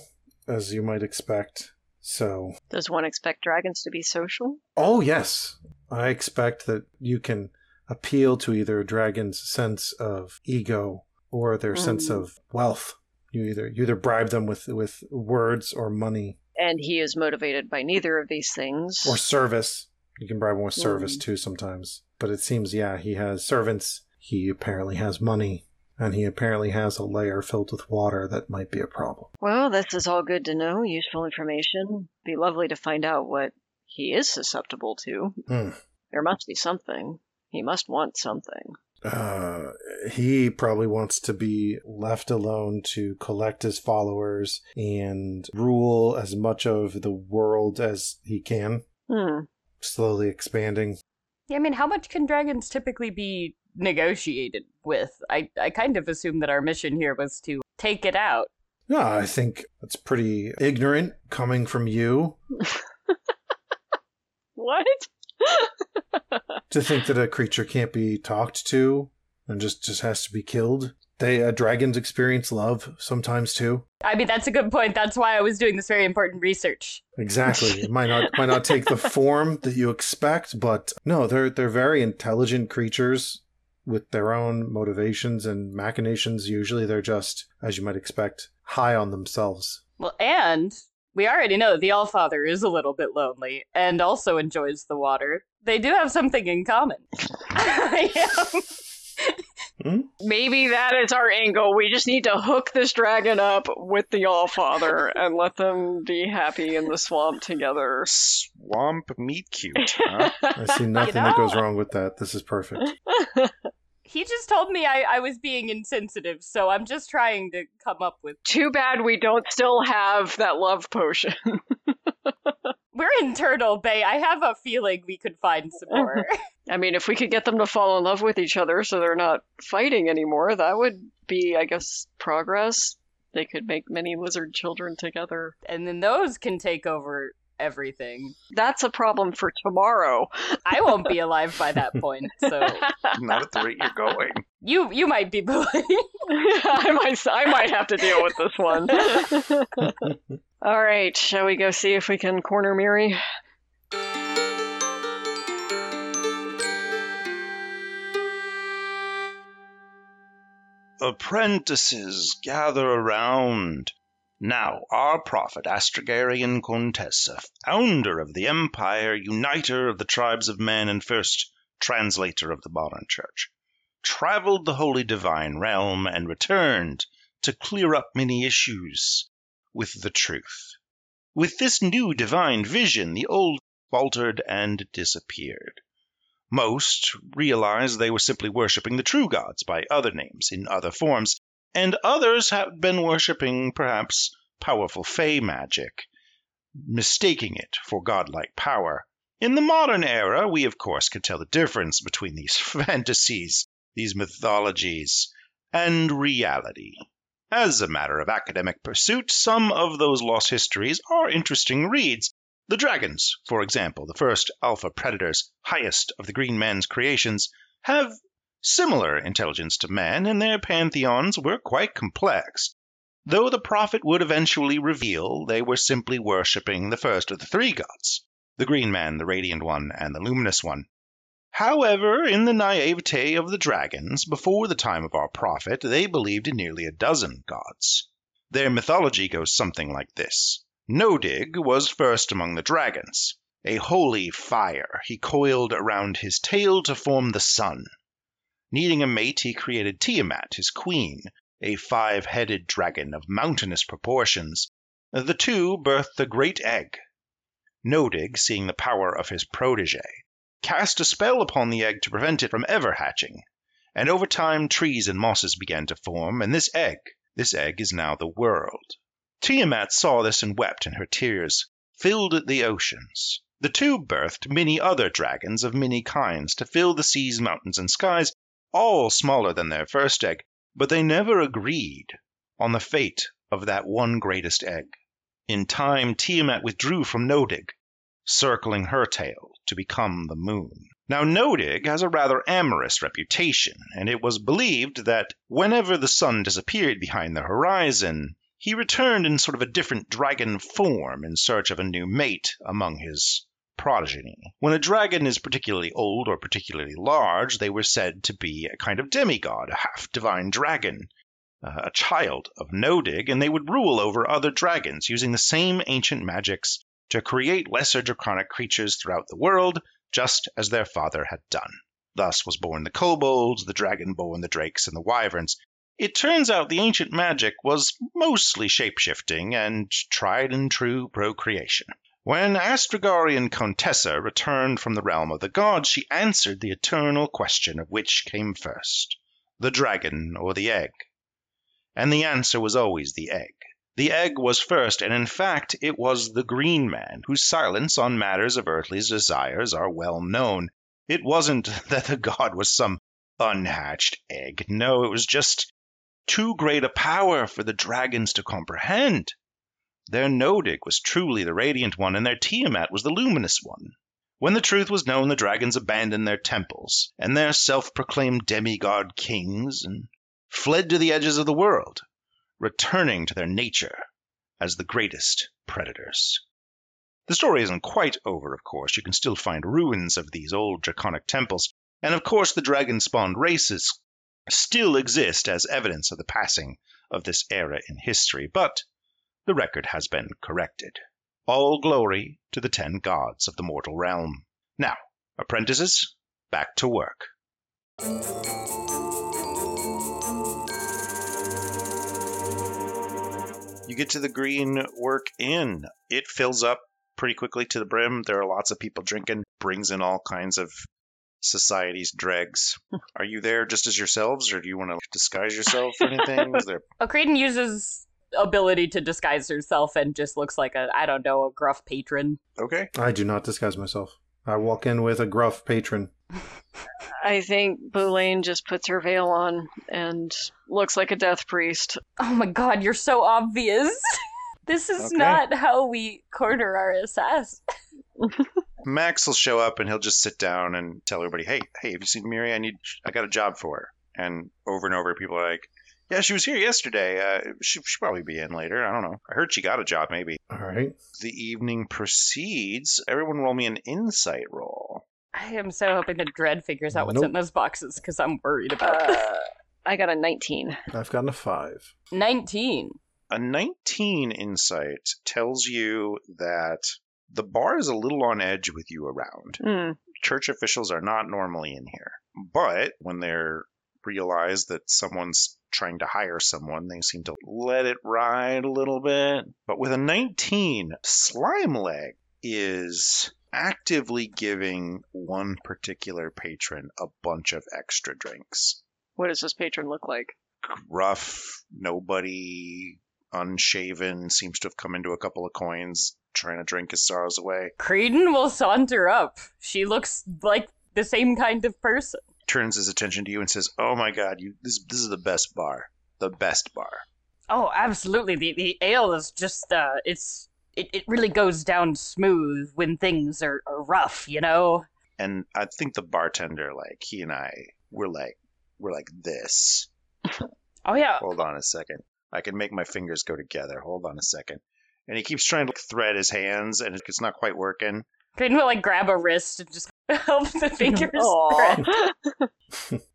[SPEAKER 3] as you might expect. So
[SPEAKER 2] Does one expect dragons to be social?
[SPEAKER 3] Oh, yes. I expect that you can appeal to either a dragon's sense of ego or their sense
[SPEAKER 2] Mm.
[SPEAKER 3] of wealth. You either you either bribe them with, with words or money
[SPEAKER 2] And he is motivated by neither of these things.
[SPEAKER 3] or service. You can bribe him with service
[SPEAKER 2] Mm.
[SPEAKER 3] too sometimes. But it seems, yeah, he has servants. He apparently has money. And he apparently has a layer filled with water that might be a problem.
[SPEAKER 2] Well, this is all good to know. Useful information. Be lovely to find out what he is susceptible to.
[SPEAKER 3] Hmm.
[SPEAKER 2] There must be something. He must want something.
[SPEAKER 3] uh, he probably wants to be left alone to collect his followers and rule as much of the world as he can,
[SPEAKER 2] Hmm.
[SPEAKER 3] slowly expanding.
[SPEAKER 4] Yeah, I mean, how much can dragons typically be negotiated with? I I kind of assume that our mission here was to take it out.
[SPEAKER 3] Yeah, I think that's pretty ignorant coming from you
[SPEAKER 2] What?
[SPEAKER 3] to think that a creature can't be talked to and just just has to be killed. They uh, dragons experience love sometimes too.
[SPEAKER 4] I mean, that's a good point. That's why I was doing this very important research.
[SPEAKER 3] Exactly. It might not might not take the form that you expect, but no, they're they're very intelligent creatures with their own motivations and machinations. Usually they're just, as you might expect, high on themselves.
[SPEAKER 4] Well, and we already know the Allfather is a little bit lonely and also enjoys the water. They do have something in common. I am-
[SPEAKER 2] Maybe that is our angle. We just need to hook this dragon up with the Allfather and let them be happy in the swamp together.
[SPEAKER 1] Womp meet cute. Huh?
[SPEAKER 3] I see nothing that goes wrong with that. This is perfect.
[SPEAKER 4] He just told me I, I was being insensitive, so I'm just trying to come up with.
[SPEAKER 2] Too bad we don't still have that love potion.
[SPEAKER 4] We're in Turtle Bay. I have a feeling we could find some more.
[SPEAKER 2] I mean, if we could get them to fall in love with each other so they're not fighting anymore, that would be, I guess, progress. They could make many lizard children together.
[SPEAKER 4] and then those can take over everything.
[SPEAKER 2] That's a problem for tomorrow.
[SPEAKER 4] I won't be alive by that point, so
[SPEAKER 1] Not at the rate you're going.
[SPEAKER 4] you you might be bullied.
[SPEAKER 2] I might I might have to deal with this one. All right, shall we go see if we can corner Miri?
[SPEAKER 1] Apprentices, gather around. Now, our prophet, Astragarian Contessa, founder of the empire, uniter of the tribes of men, and first translator of the modern church, traveled the holy divine realm and returned to clear up many issues with the truth. With this new divine vision, the old faltered and disappeared. Most realized they were simply worshipping the true gods by other names, in other forms, and others had been worshipping perhaps powerful fey magic, mistaking it for godlike power. In the modern era, we of course can tell the difference between these fantasies, these mythologies, and reality. As a matter of academic pursuit, some of those lost histories are interesting reads, the dragons, for example, the first alpha predators, highest of the green man's creations, have similar intelligence to man, and their pantheons were quite complex. Though the prophet would eventually reveal they were simply worshipping the first of the three gods the green man, the radiant one, and the luminous one. However, in the naivete of the dragons, before the time of our prophet, they believed in nearly a dozen gods. Their mythology goes something like this. Nodig was first among the dragons. A holy fire he coiled around his tail to form the sun. Needing a mate, he created Tiamat, his queen, a five headed dragon of mountainous proportions. The two birthed a great egg. Nodig, seeing the power of his protege, cast a spell upon the egg to prevent it from ever hatching. And over time, trees and mosses began to form, and this egg, this egg is now the world. Tiamat saw this and wept, and her tears filled the oceans. The two birthed many other dragons of many kinds to fill the seas, mountains, and skies, all smaller than their first egg, but they never agreed on the fate of that one greatest egg. In time, Tiamat withdrew from Nodig, circling her tail to become the moon. Now, Nodig has a rather amorous reputation, and it was believed that whenever the sun disappeared behind the horizon, he returned in sort of a different dragon form in search of a new mate among his progeny. When a dragon is particularly old or particularly large, they were said to be a kind of demigod, a half divine dragon, uh, a child of Nodig, and they would rule over other dragons using the same ancient magics to create lesser draconic creatures throughout the world, just as their father had done. Thus was born the kobolds, the dragonborn, the drakes, and the wyverns, it turns out the ancient magic was mostly shapeshifting and tried and true procreation. When Astragarian Contessa returned from the realm of the gods, she answered the eternal question of which came first, the dragon or the egg. And the answer was always the egg. The egg was first, and in fact, it was the green man, whose silence on matters of earthly desires are well known. It wasn't that the god was some unhatched egg. No, it was just too great a power for the dragons to comprehend. Their Nodig was truly the radiant one, and their Tiamat was the luminous one. When the truth was known, the dragons abandoned their temples and their self proclaimed demigod kings and fled to the edges of the world, returning to their nature as the greatest predators. The story isn't quite over, of course. You can still find ruins of these old draconic temples, and of course, the dragon spawned races still exist as evidence of the passing of this era in history, but the record has been corrected. All glory to the ten gods of the mortal realm. Now, apprentices, back to work. You get to the Green Work Inn. It fills up pretty quickly to the brim. There are lots of people drinking, brings in all kinds of society's dregs. are you there just as yourselves, or do you want to disguise yourself or anything? Is there
[SPEAKER 4] Ocraden uses ability to disguise herself and just looks like a I don't know a gruff patron.
[SPEAKER 1] okay?
[SPEAKER 3] I do not disguise myself. I walk in with a gruff patron.
[SPEAKER 2] I think Boulain just puts her veil on and looks like a death priest.
[SPEAKER 4] Oh my god, you're so obvious. this is
[SPEAKER 1] Okay.
[SPEAKER 4] not how we corner our assassins.
[SPEAKER 1] Max will show up and he'll just sit down and tell everybody, "Hey, hey, have you seen Miri? I need, I got a job for her." And over and over, people are like, "Yeah, she was here yesterday. Uh, she should probably be in later. I don't know. I heard she got a job. Maybe."
[SPEAKER 3] All right.
[SPEAKER 1] The evening proceeds. Everyone, roll me an insight roll.
[SPEAKER 4] I am so hoping that Dread figures out what's
[SPEAKER 3] Nope.
[SPEAKER 4] in those boxes because I'm worried about
[SPEAKER 2] Uh,
[SPEAKER 4] this.
[SPEAKER 2] I got a 19.
[SPEAKER 3] I've gotten a five.
[SPEAKER 4] 19.
[SPEAKER 1] A 19 insight tells you that the bar is a little on edge with you around.
[SPEAKER 2] Hmm.
[SPEAKER 1] church officials are not normally in here. But when they're realize that someone's trying to hire someone, they seem to let it ride a little bit. But with a 19, Slime Leg is actively giving one particular patron a bunch of extra drinks.
[SPEAKER 2] What does this patron look like?
[SPEAKER 1] Rough, nobody, unshaven, seems to have come into a couple of coins trying to drink his sorrows away.
[SPEAKER 4] Creighton will saunter up. She looks like the same kind of person.
[SPEAKER 1] turns his attention to you and says, "Oh my God, you this this is the best bar, the best bar."
[SPEAKER 4] Oh, absolutely. The the ale is just uh it's it, it really goes down smooth when things are, are rough, you know?
[SPEAKER 1] And I think the bartender, like he and I, we're like we're like this.
[SPEAKER 4] Oh yeah.
[SPEAKER 1] Hold on a second, I can make my fingers go together. Hold on a second. And he keeps trying to thread his hands, and it's not quite working.
[SPEAKER 4] Creighton will like grab a wrist and just help the fingers.
[SPEAKER 2] Aw.
[SPEAKER 4] thread.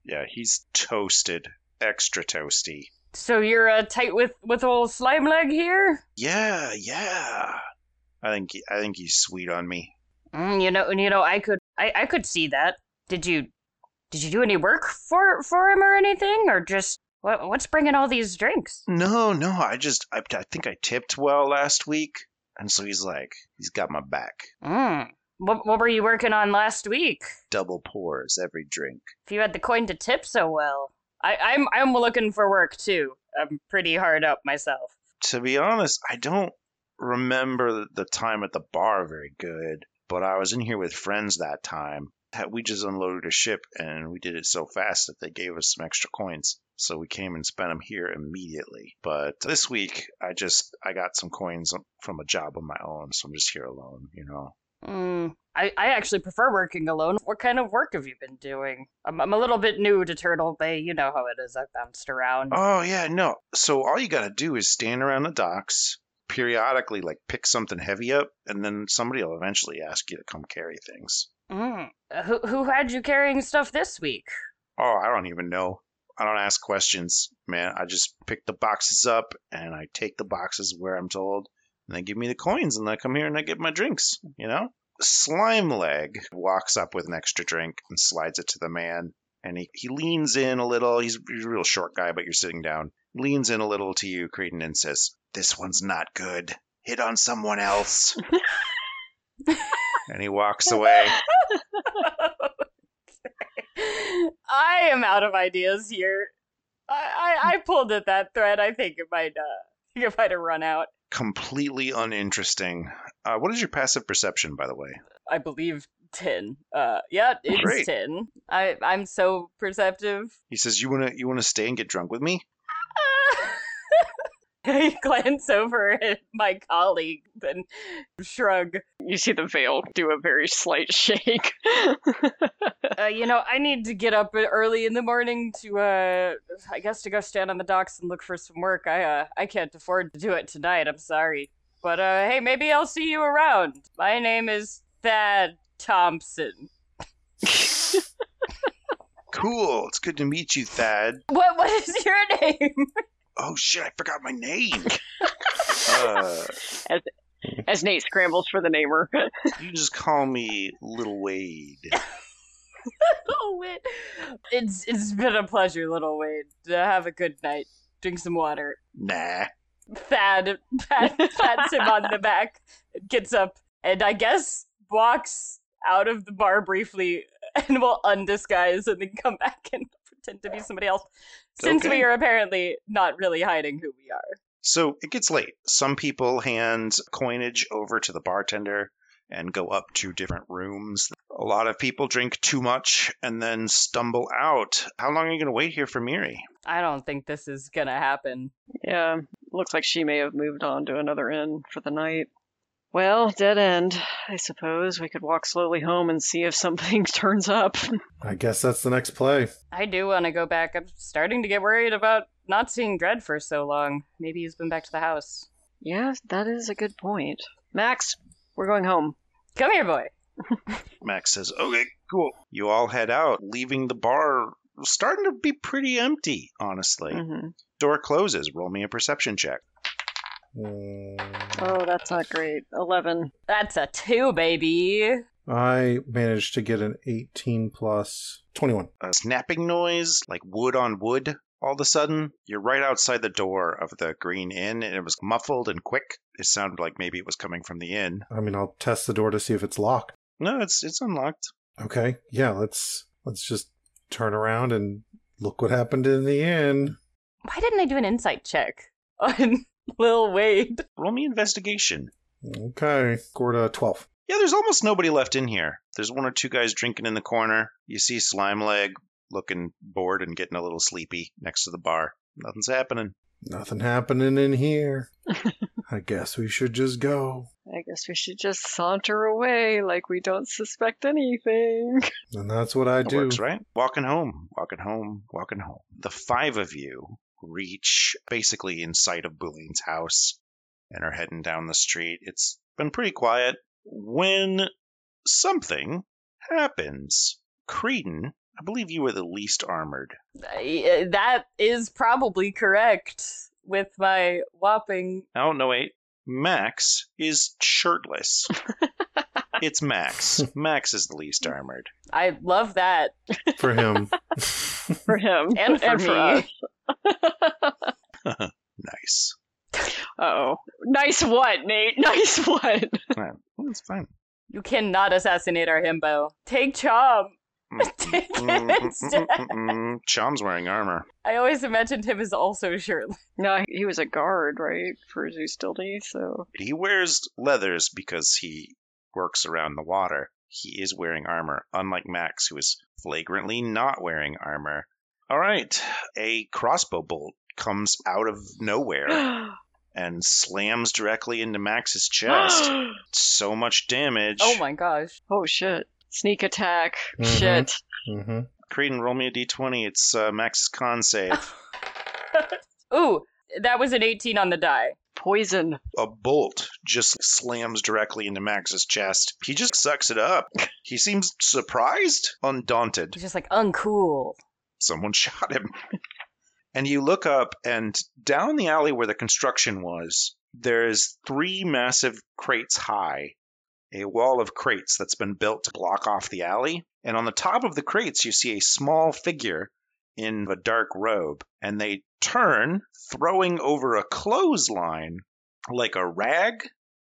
[SPEAKER 1] Yeah, he's toasted, extra toasty.
[SPEAKER 4] So you're uh, tight with with old slime leg here?
[SPEAKER 1] Yeah, yeah. I think he, I think he's sweet on me.
[SPEAKER 4] Mm, you know, you know, I could, I, I could see that. Did you, did you do any work for for him or anything, or just what, what's bringing all these drinks?
[SPEAKER 1] No, no, I just I, I think I tipped well last week, and so he's like he's got my back.
[SPEAKER 4] Mm. What what were you working on last week?
[SPEAKER 1] double pours every drink.
[SPEAKER 4] If you had the coin to tip so well, I, I'm I'm looking for work too. I'm pretty hard up myself.
[SPEAKER 1] To be honest, I don't remember the time at the bar very good, but I was in here with friends that time. That- We just unloaded a ship and we did it so fast that they gave us some extra coins. So we came and spent them here immediately. But this week, I just I got some coins from a job of my own, so I'm just here alone, you know.
[SPEAKER 4] Mm. I, I actually prefer working alone. What kind of work have you been doing? I'm, I'm a little bit new to Turtle Bay. You know how it is. I've bounced around.
[SPEAKER 1] Oh yeah, no. So all you gotta do is stand around the docks periodically, like pick something heavy up, and then somebody will eventually ask you to come carry things.
[SPEAKER 4] Mm. Uh, Who who had you carrying stuff this week?
[SPEAKER 1] Oh, I don't even know. I don't ask questions, man. I just pick the boxes up and I take the boxes where I'm told, and they give me the coins, and I come here and I get my drinks, you know? Slime Leg walks up with an extra drink and slides it to the man, and he, he leans in a little. He's, he's a real short guy, but you're sitting down. Leans in a little to you, Creighton, and says, This one's not good. Hit on someone else. and he walks away.
[SPEAKER 4] I am out of ideas here. I, I, I pulled at that thread. I think it might uh I think it might have run out.
[SPEAKER 1] completely uninteresting. Uh, what is your passive perception, by the way?
[SPEAKER 4] I believe ten. Uh yeah, it's
[SPEAKER 1] Great.
[SPEAKER 4] ten. I I'm so perceptive.
[SPEAKER 1] He says, "You wanna you wanna stay and get drunk with me?"
[SPEAKER 4] Ah! I glance over at my colleague and shrug.
[SPEAKER 2] You see the veil do a very slight shake.
[SPEAKER 4] Uh, you know, I need to get up early in the morning to, uh, I guess, to go stand on the docks and look for some work. I, uh, I can't afford to do it tonight. I'm sorry, but uh, hey, maybe I'll see you around. My name is Thad Thompson.
[SPEAKER 1] Cool. It's good to meet you, Thad.
[SPEAKER 4] What, what is your name?
[SPEAKER 1] Oh shit, I forgot my name. uh,
[SPEAKER 2] As Nate scrambles for the namer.
[SPEAKER 1] you just call me Little Wade.
[SPEAKER 4] little Wade. It's, it's been a pleasure, little Wade. Uh, have a good night. Drink some water.
[SPEAKER 1] Nah.
[SPEAKER 4] Thad pat, pats him on the back, gets up, and I guess walks out of the bar briefly and will undisguise and then come back and pretend to be somebody else. Since
[SPEAKER 1] Okay.
[SPEAKER 4] we are apparently not really hiding who we are.
[SPEAKER 1] So it gets late. Some people hand coinage over to the bartender and go up to different rooms. A lot of people drink too much and then stumble out. How long are you going to wait here for Miri?
[SPEAKER 4] I don't think this is gonna happen.
[SPEAKER 2] Yeah, looks like she may have moved on to another inn for the night. Well, dead end, I suppose. We could walk slowly home and see if something turns up.
[SPEAKER 3] I guess that's the next play.
[SPEAKER 4] I do want to go back. I'm starting to get worried about not seeing Dread for so long. Maybe he's been back to the house.
[SPEAKER 2] Yeah, that is a good point. Max, we're going home.
[SPEAKER 4] Come here, boy.
[SPEAKER 1] Max says, Okay, cool. You all head out, leaving the bar starting to be pretty empty, honestly.
[SPEAKER 2] hmm
[SPEAKER 1] Door closes. Roll me a perception check.
[SPEAKER 3] Mm.
[SPEAKER 2] Oh, that's not great. 11.
[SPEAKER 4] That's a two, baby.
[SPEAKER 3] I managed to get an 18 plus 21.
[SPEAKER 1] A snapping noise, like wood on wood. All of a sudden, you're right outside the door of the Green Inn, and it was muffled and quick. It sounded like maybe it was coming from the inn.
[SPEAKER 3] I mean, I'll test the door to see if it's locked.
[SPEAKER 1] No, it's it's unlocked.
[SPEAKER 3] Okay, yeah, let's let's just turn around and look what happened in the inn.
[SPEAKER 4] Why didn't I do an insight check on Lil Wade?
[SPEAKER 1] Roll me investigation.
[SPEAKER 3] Okay, scored a 12.
[SPEAKER 1] Yeah, there's almost nobody left in here. There's one or two guys drinking in the corner. You see Slime Leg looking bored and getting a little sleepy next to the bar. Nothing's happening.
[SPEAKER 3] Nothing happening in here. I guess we should just go.
[SPEAKER 2] I guess we should just saunter away like we don't suspect anything.
[SPEAKER 3] And that's what I
[SPEAKER 1] That
[SPEAKER 3] do.
[SPEAKER 1] works, right? Walking home, walking home, walking home. The five of you reach basically in sight of Boolean's house and are heading down the street. It's been pretty quiet when something happens. Creedon, I believe you were the least armored.
[SPEAKER 4] I- uh, That is probably correct with my whopping.
[SPEAKER 1] Oh, no, wait. Max is shirtless. it's Max. Max is the least armored.
[SPEAKER 4] I love that.
[SPEAKER 3] For him.
[SPEAKER 2] For him.
[SPEAKER 4] And for me.
[SPEAKER 2] us.
[SPEAKER 1] Nice.
[SPEAKER 2] Uh-oh. Nice what, Nate? Nice what?
[SPEAKER 1] Alright, well, That's fine.
[SPEAKER 4] You cannot assassinate our himbo. Take Chom. Take
[SPEAKER 1] Mm,
[SPEAKER 4] it
[SPEAKER 1] mm, mm,
[SPEAKER 4] instead.
[SPEAKER 1] mm, mm. Chom's wearing armor.
[SPEAKER 4] I always imagined him as also shirtless.
[SPEAKER 2] No, he was a guard, right? For Zeustilde, so.
[SPEAKER 1] He wears leathers because he works around the water. He is wearing armor, unlike Max, who is flagrantly not wearing armor. All right. A crossbow bolt comes out of nowhere and slams directly into Max's chest. so much damage.
[SPEAKER 4] Oh my gosh.
[SPEAKER 2] oh, shit. Sneak attack.
[SPEAKER 3] Mhm.
[SPEAKER 2] Shit.
[SPEAKER 3] hmm
[SPEAKER 1] Creighton, roll me a d20. It's uh, Max's con save.
[SPEAKER 4] Ooh, that was an 18 on the die.
[SPEAKER 2] Poison.
[SPEAKER 1] a bolt just slams directly into Max's chest. He just sucks it up. He seems surprised, undaunted.
[SPEAKER 4] He's just like, uncool.
[SPEAKER 1] Someone shot him. and you look up, and down the alley where the construction was, there's three massive crates high, a wall of crates that's been built to block off the alley. And on the top of the crates, you see a small figure in a dark robe, and they turn, throwing over a clothesline like a rag,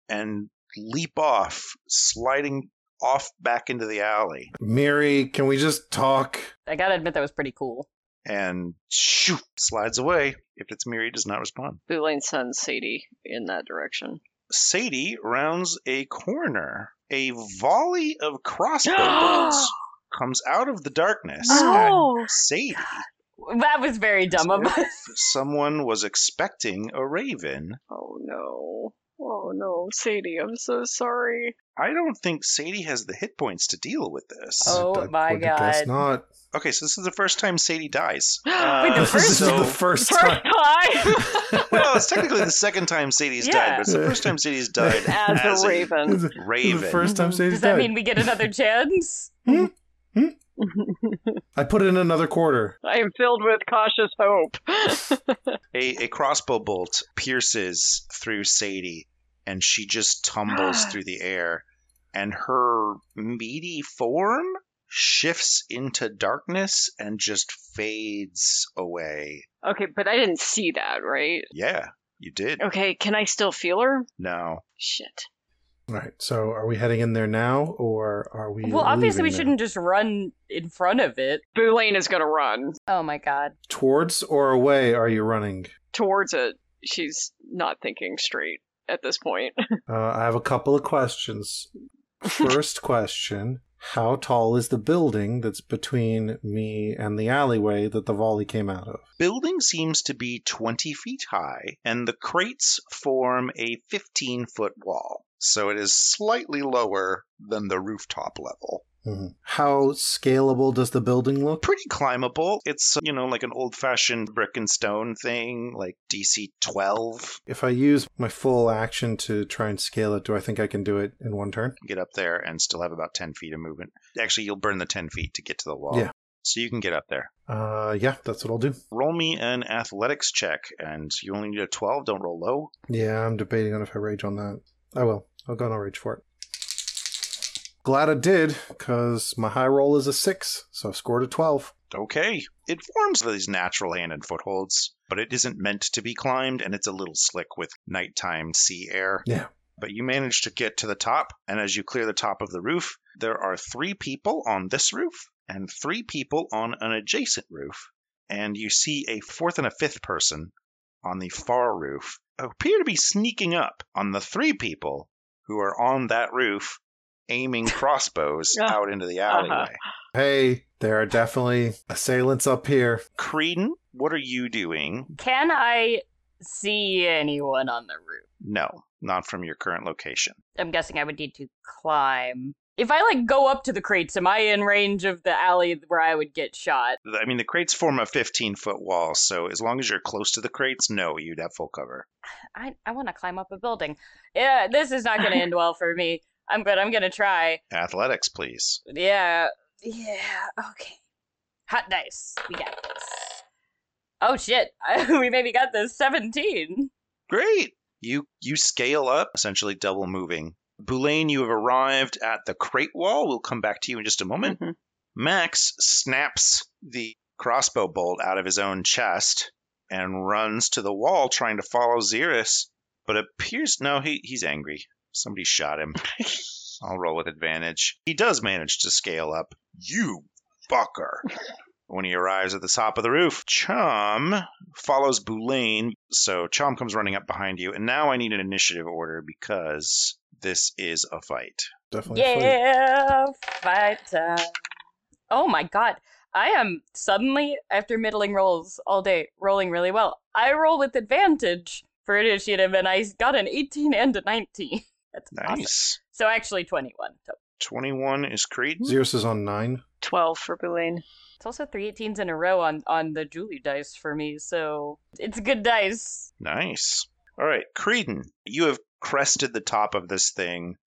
[SPEAKER 1] and leap off, sliding off back into the alley.
[SPEAKER 3] Mary, can we just talk?
[SPEAKER 4] I gotta admit, that was pretty cool.
[SPEAKER 1] and shoo, slides away if its Miri does not respond.
[SPEAKER 2] Boulain sends Sadie in that direction.
[SPEAKER 1] Sadie rounds a corner. A volley of crossbow bolts comes out of the darkness.
[SPEAKER 4] No!
[SPEAKER 2] Oh,
[SPEAKER 1] at Sadie,
[SPEAKER 4] That was very dumb of us.
[SPEAKER 1] someone was expecting a raven.
[SPEAKER 2] Oh, no. Oh, no. Sadie, I'm so sorry.
[SPEAKER 1] I don't think Sadie has the hit points to deal with this.
[SPEAKER 4] Oh
[SPEAKER 3] I- I
[SPEAKER 4] my
[SPEAKER 3] would Guess
[SPEAKER 4] God.
[SPEAKER 3] not.
[SPEAKER 1] Okay, so this is the first time Sadie dies.
[SPEAKER 2] Wait, the
[SPEAKER 1] Uh,
[SPEAKER 3] this is
[SPEAKER 4] first-
[SPEAKER 1] so-
[SPEAKER 3] the first
[SPEAKER 2] First
[SPEAKER 3] time.
[SPEAKER 2] time
[SPEAKER 1] well, it's technically the second time Sadie's died,
[SPEAKER 4] Yeah.
[SPEAKER 1] but it's the first time Sadie's died
[SPEAKER 2] as
[SPEAKER 1] as
[SPEAKER 2] a
[SPEAKER 1] a
[SPEAKER 2] raven.
[SPEAKER 3] This is
[SPEAKER 1] raven.
[SPEAKER 3] The first time Sadie's
[SPEAKER 4] Does that
[SPEAKER 3] died.
[SPEAKER 4] mean we get another chance?
[SPEAKER 3] I put in another quarter.
[SPEAKER 2] I am filled with cautious hope.
[SPEAKER 1] A, a crossbow bolt pierces through Sadie, and she just tumbles through the air, and her meaty form shifts into darkness and just fades away.
[SPEAKER 2] okay, but I didn't see that, right? Oh.
[SPEAKER 1] Yeah, you did.
[SPEAKER 2] Okay, can I still feel her?
[SPEAKER 1] No.
[SPEAKER 2] Shit.
[SPEAKER 3] All right. So are we heading in there now, or are we?
[SPEAKER 4] well, obviously we
[SPEAKER 3] leaving now?
[SPEAKER 4] shouldn't just run in front of it.
[SPEAKER 2] Boulain is gonna run
[SPEAKER 4] Oh my god.
[SPEAKER 3] Towards or away are you running?
[SPEAKER 2] towards it. She's not thinking straight at this point.
[SPEAKER 3] Uh, I have a couple of questions. First question: How tall is the building that's between me and the alleyway that the volley came out of?
[SPEAKER 1] Building seems to be 20 feet high, and the crates form a 15 foot wall, so it is slightly lower than the rooftop level.
[SPEAKER 3] Mhm. How scalable does the building look?
[SPEAKER 1] Pretty climbable. It's, you know, like an old fashioned brick and stone thing, like DC 12.
[SPEAKER 3] If I use my full action to try and scale it, do I think I can do it in one turn?
[SPEAKER 1] Get up there and still have about 10 feet of movement. Actually, you'll burn the 10 feet to get to the wall.
[SPEAKER 3] Yeah.
[SPEAKER 1] So you can get up there.
[SPEAKER 3] Uh, yeah, that's what I'll do.
[SPEAKER 1] Roll me an athletics check, and you only need a 12. Don't roll low.
[SPEAKER 3] Yeah, I'm debating on if I rage on that. I will. I'll go and I'll rage for it. Glad I did, because my high roll is a six, so I've scored a 12.
[SPEAKER 1] Okay. It forms these natural hand and footholds, but it isn't meant to be climbed, and it's a little slick with nighttime sea air.
[SPEAKER 3] Yeah.
[SPEAKER 1] But you manage to get to the top, and as you clear the top of the roof, there are three people on this roof and three people on an adjacent roof, and you see a fourth and a fifth person on the far roof appear to be sneaking up on the three people who are on that roof aiming crossbows
[SPEAKER 2] Uh,
[SPEAKER 1] out into the alleyway.
[SPEAKER 3] Hey, there are definitely assailants up here.
[SPEAKER 1] Creedon, what are you doing
[SPEAKER 4] Can I see anyone on the roof?
[SPEAKER 1] No, not from your current location.
[SPEAKER 4] I'm guessing I would need to climb. If I like go up to the crates, am I in range of the alley where I would get shot?
[SPEAKER 1] Th- I mean, the crates form a 15 foot wall, so as long as you're close to the crates, no, you'd have full cover.
[SPEAKER 4] I I want to climb up a building. Yeah, this is not going to end well for me. I'm good. I'm going to try.
[SPEAKER 1] Athletics, please.
[SPEAKER 4] Yeah. Yeah. Okay. Hot dice. We got this. Oh shit. we maybe got this 17.
[SPEAKER 1] Great! You you scale up, essentially double moving. Boulain, you have arrived at the crate wall. We'll come back to you in just a moment.
[SPEAKER 2] Mhm.
[SPEAKER 1] Max snaps the crossbow bolt out of his own chest and runs to the wall trying to follow Xerus, but appears no, he, he's angry. Somebody shot him. I'll roll with advantage. He does manage to scale up. You fucker. when he arrives at the top of the roof, Chum follows Boulain. So Chom comes running up behind you. And now I need an initiative order because this is a fight.
[SPEAKER 3] Definitely. a fight.
[SPEAKER 4] Yeah. Fight time. Oh my god. I am suddenly, after middling rolls all day, rolling really well. I roll with advantage for initiative, and I got an 18 and a 19. That's awesome.
[SPEAKER 1] Nice.
[SPEAKER 4] So actually 21. So
[SPEAKER 1] 21 is Creed.
[SPEAKER 3] Zeus is on nine.
[SPEAKER 2] Twelve for Boulain.
[SPEAKER 4] It's also three 18s in a row on, on the Julie dice for me, so it's good dice.
[SPEAKER 1] Nice. All right, Creedon, you have crested the top of this thing.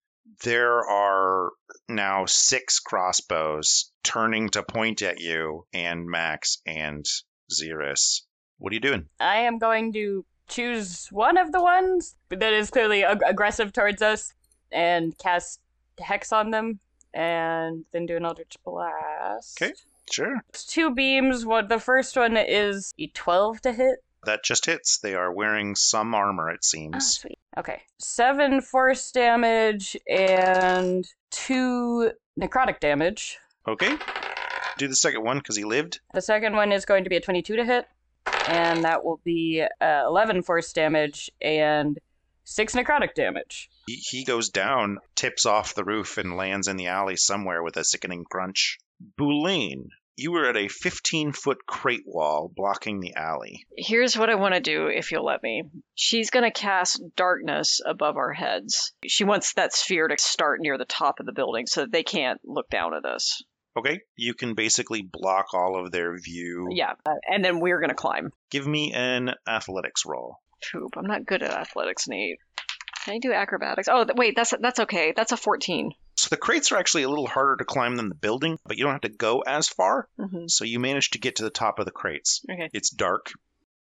[SPEAKER 1] There are now six crossbows turning to point at you and Max and Xerus. What are you doing?
[SPEAKER 4] I am going to choose one of the ones that is clearly ag- aggressive towards us and cast Hex on them and then do an Eldritch Blast.
[SPEAKER 1] 'Kay. Sure.
[SPEAKER 4] It's two beams. What The first one is a 12 to hit.
[SPEAKER 1] That just hits. They are wearing some armor, it
[SPEAKER 4] Oh,
[SPEAKER 1] seems.
[SPEAKER 4] sweet. Okay. Seven force damage and two necrotic damage.
[SPEAKER 1] Okay. Do the second one because he lived.
[SPEAKER 4] The second one is going to be a 22 to hit, and that will be uh, 11 force damage and 6 necrotic damage.
[SPEAKER 1] He, he goes down, tips off the roof, and lands in the alley somewhere with a sickening crunch. Boulain, you were at a 15 foot crate wall blocking the alley.
[SPEAKER 2] Here's what I want to do, if you'll let me. She's going to cast darkness above our heads. She wants that sphere to start near the top of the building so that they can't look down at us.
[SPEAKER 1] Okay, you can basically block all of their view.
[SPEAKER 2] Yeah, and then we're going to climb.
[SPEAKER 1] Give me an athletics roll.
[SPEAKER 2] Poop, I'm not good at athletics, Nate. Can I do acrobatics? Oh, th- wait, that's that's okay. That's a 14.
[SPEAKER 1] So the crates are actually a little harder to climb than the building, but you don't have to go as far.
[SPEAKER 2] Mm-hmm.
[SPEAKER 1] So you manage to get to the top of the crates.
[SPEAKER 2] Okay.
[SPEAKER 1] It's dark,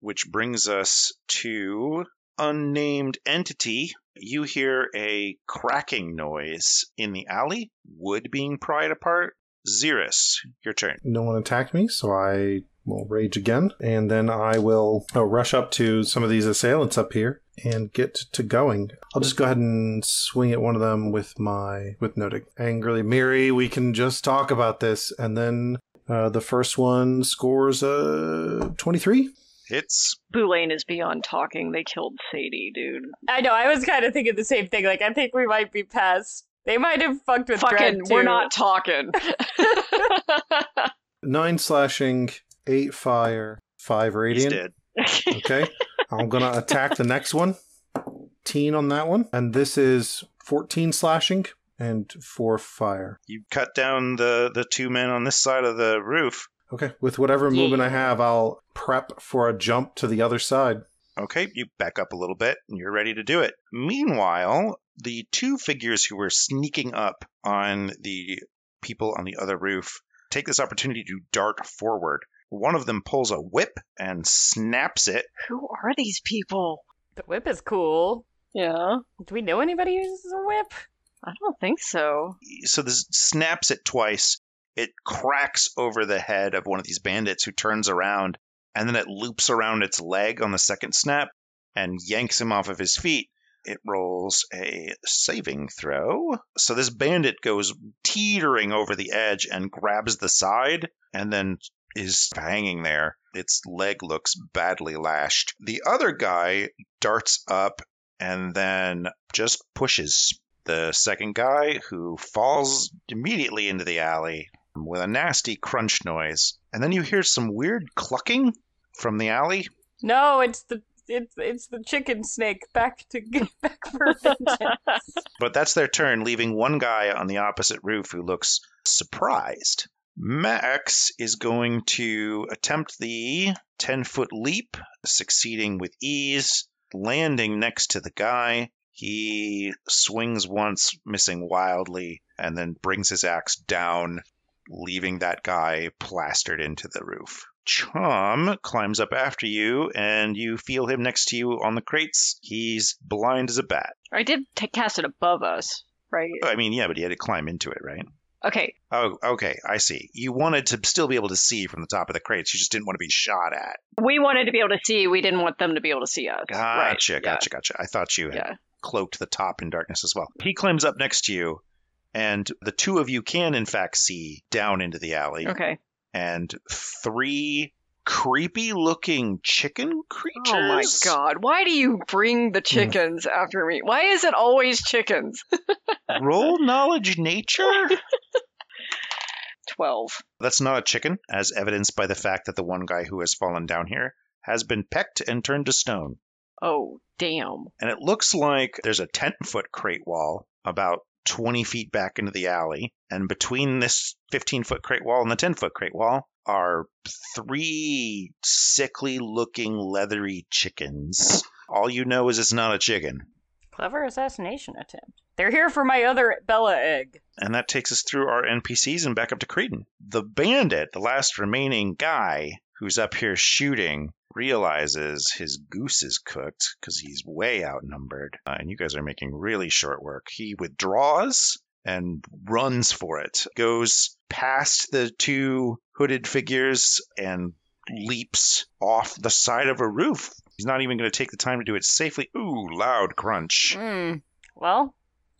[SPEAKER 1] which brings us to unnamed entity. You hear a cracking noise in the alley, wood being pried apart. Xerus, your turn.
[SPEAKER 3] No one attacked me, so I will rage again, and then I will uh, rush up to some of these assailants up here and get to going. I'll just go ahead and swing at one of them with my with noting angrily. Miri, we can just talk about this, and then uh, the first one scores a twenty-three.
[SPEAKER 1] Hits.
[SPEAKER 2] Boulain is beyond talking. They killed Sadie, dude.
[SPEAKER 4] I know. I was kind of thinking the same thing. Like, I think we might be past. They might have fucked with
[SPEAKER 2] Fucking,
[SPEAKER 4] Dread,
[SPEAKER 2] we're
[SPEAKER 4] too.
[SPEAKER 2] not talking.
[SPEAKER 3] Nine slashing, eight fire, five
[SPEAKER 1] He's
[SPEAKER 3] radiant.
[SPEAKER 1] dead.
[SPEAKER 3] Okay. I'm going to attack the next one. Teen on that one. And this is 14 slashing and 4 fire.
[SPEAKER 1] You cut down the the two men on this side of the roof.
[SPEAKER 3] Okay. With whatever
[SPEAKER 4] Yeah.
[SPEAKER 3] movement I have, I'll prep for a jump to the other side.
[SPEAKER 1] Okay, you back up a little bit and you're ready to do it. Meanwhile, the two figures who were sneaking up on the people on the other roof take this opportunity to dart forward. One of them pulls a whip and snaps it.
[SPEAKER 2] Who are these people?
[SPEAKER 4] The whip is cool.
[SPEAKER 2] Yeah,
[SPEAKER 4] Do we know anybody who uses a whip?
[SPEAKER 2] I don't think so.
[SPEAKER 1] So this snaps it twice. It cracks over the head of one of these bandits who turns around and then it loops around its leg on the second snap and yanks him off of his feet. It rolls a saving throw. So this bandit goes teetering over the edge and grabs the side and then is hanging there. Its leg looks badly lashed. The other guy darts up and then just pushes the second guy who falls immediately into the alley with a nasty crunch noise. And then you hear some weird clucking from the alley.
[SPEAKER 4] No, it's the it's it's the chicken snake back to get back for vengeance.
[SPEAKER 1] But that's their turn, leaving one guy on the opposite roof who looks surprised. Max is going to attempt the 10 foot leap, succeeding with ease, landing next to the guy. He swings once, missing wildly, and then brings his axe down, leaving that guy plastered into the roof. Chom climbs up after you, and you feel him next to you on the crates. He's blind as a bat.
[SPEAKER 2] I did t- cast it above us, right?
[SPEAKER 1] I mean, yeah, but he had to climb into it, right?
[SPEAKER 2] Okay,
[SPEAKER 1] Oh, okay, I see. You wanted to still be able to see from the top of the crates. You just didn't want to be shot at.
[SPEAKER 2] we wanted to be able to see. We didn't want them to be able to see us. right?
[SPEAKER 1] Gotcha,
[SPEAKER 2] yeah,
[SPEAKER 1] gotcha, gotcha. I thought you had
[SPEAKER 2] Yeah.
[SPEAKER 1] cloaked the top in darkness as well. He climbs up next to you, and the two of you can, in fact, see down into the alley.
[SPEAKER 2] Okay.
[SPEAKER 1] And three creepy looking chicken creatures.
[SPEAKER 2] Oh my god! Why do you bring the chickens after me? Why is it always chickens?
[SPEAKER 1] Roll knowledge nature?
[SPEAKER 2] Twelve.
[SPEAKER 1] That's not a chicken, as evidenced by the fact that the one guy who has fallen down here has been pecked and turned to stone.
[SPEAKER 2] Oh damn!
[SPEAKER 1] and it looks like there's a 10 foot crate wall about 20 feet back into the alley. And between this 15 foot crate wall and the 10 foot crate wall are three sickly looking leathery chickens. All you know is it's not a chicken.
[SPEAKER 4] Clever assassination attempt. They're here for my other Bella egg.
[SPEAKER 1] And that takes us through our NPCs and back up to Creedon. The bandit, the last remaining guy who's up here shooting, realizes his goose is cooked because he's way outnumbered. Uh, and you guys are making really short work. He withdraws and runs for it, goes past the two hooded figures and leaps off the side of a roof. He's not even going to take the time to do it safely. Ooh, loud crunch.
[SPEAKER 4] Hmm. Well,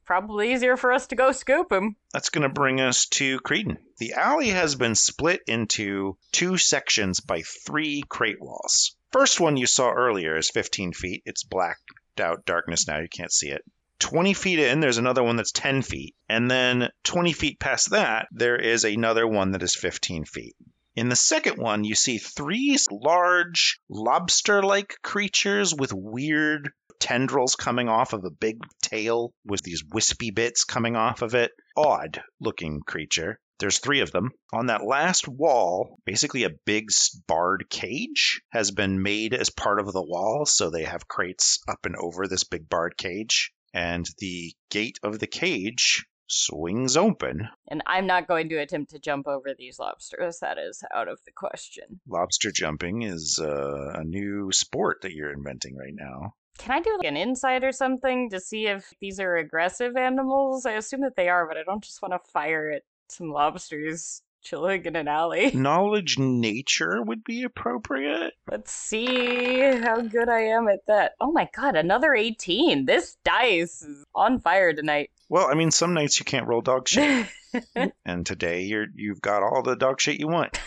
[SPEAKER 4] probably easier for us to go scoop him.
[SPEAKER 1] That's going to bring us to Creedon. The alley has been split into two sections by three crate walls. First one you saw earlier is 15 feet. It's blacked out darkness now. You can't see it. 20 feet in, there's another one that's 10 feet. And then 20 feet past that, there is another one that is 15 feet. In the second one, you see three large lobster like creatures with weird tendrils coming off of a big tail with these wispy bits coming off of it odd looking creature. There's three of them. On that last wall, basically a big s- barred cage has been made as part of the wall, so they have crates up and over this big barred cage. And the gate of the cage swings open.
[SPEAKER 4] And I'm not going to attempt to jump over these lobsters. That is out of the question.
[SPEAKER 1] Lobster jumping is uh, a new sport that you're inventing right now.
[SPEAKER 4] Can I do like, an insight or something to see if these are aggressive animals? I assume that they are, but I don't just want to fire at some lobsters chilling in an
[SPEAKER 1] Mm.
[SPEAKER 4] alley.
[SPEAKER 1] Knowledge nature would be appropriate.
[SPEAKER 4] Let's see how good I am at that. Oh my god, another 18. This dice is on fire tonight.
[SPEAKER 1] Well, I mean, some nights you can't roll dog shit, and today you're you've got all the dog shit you want.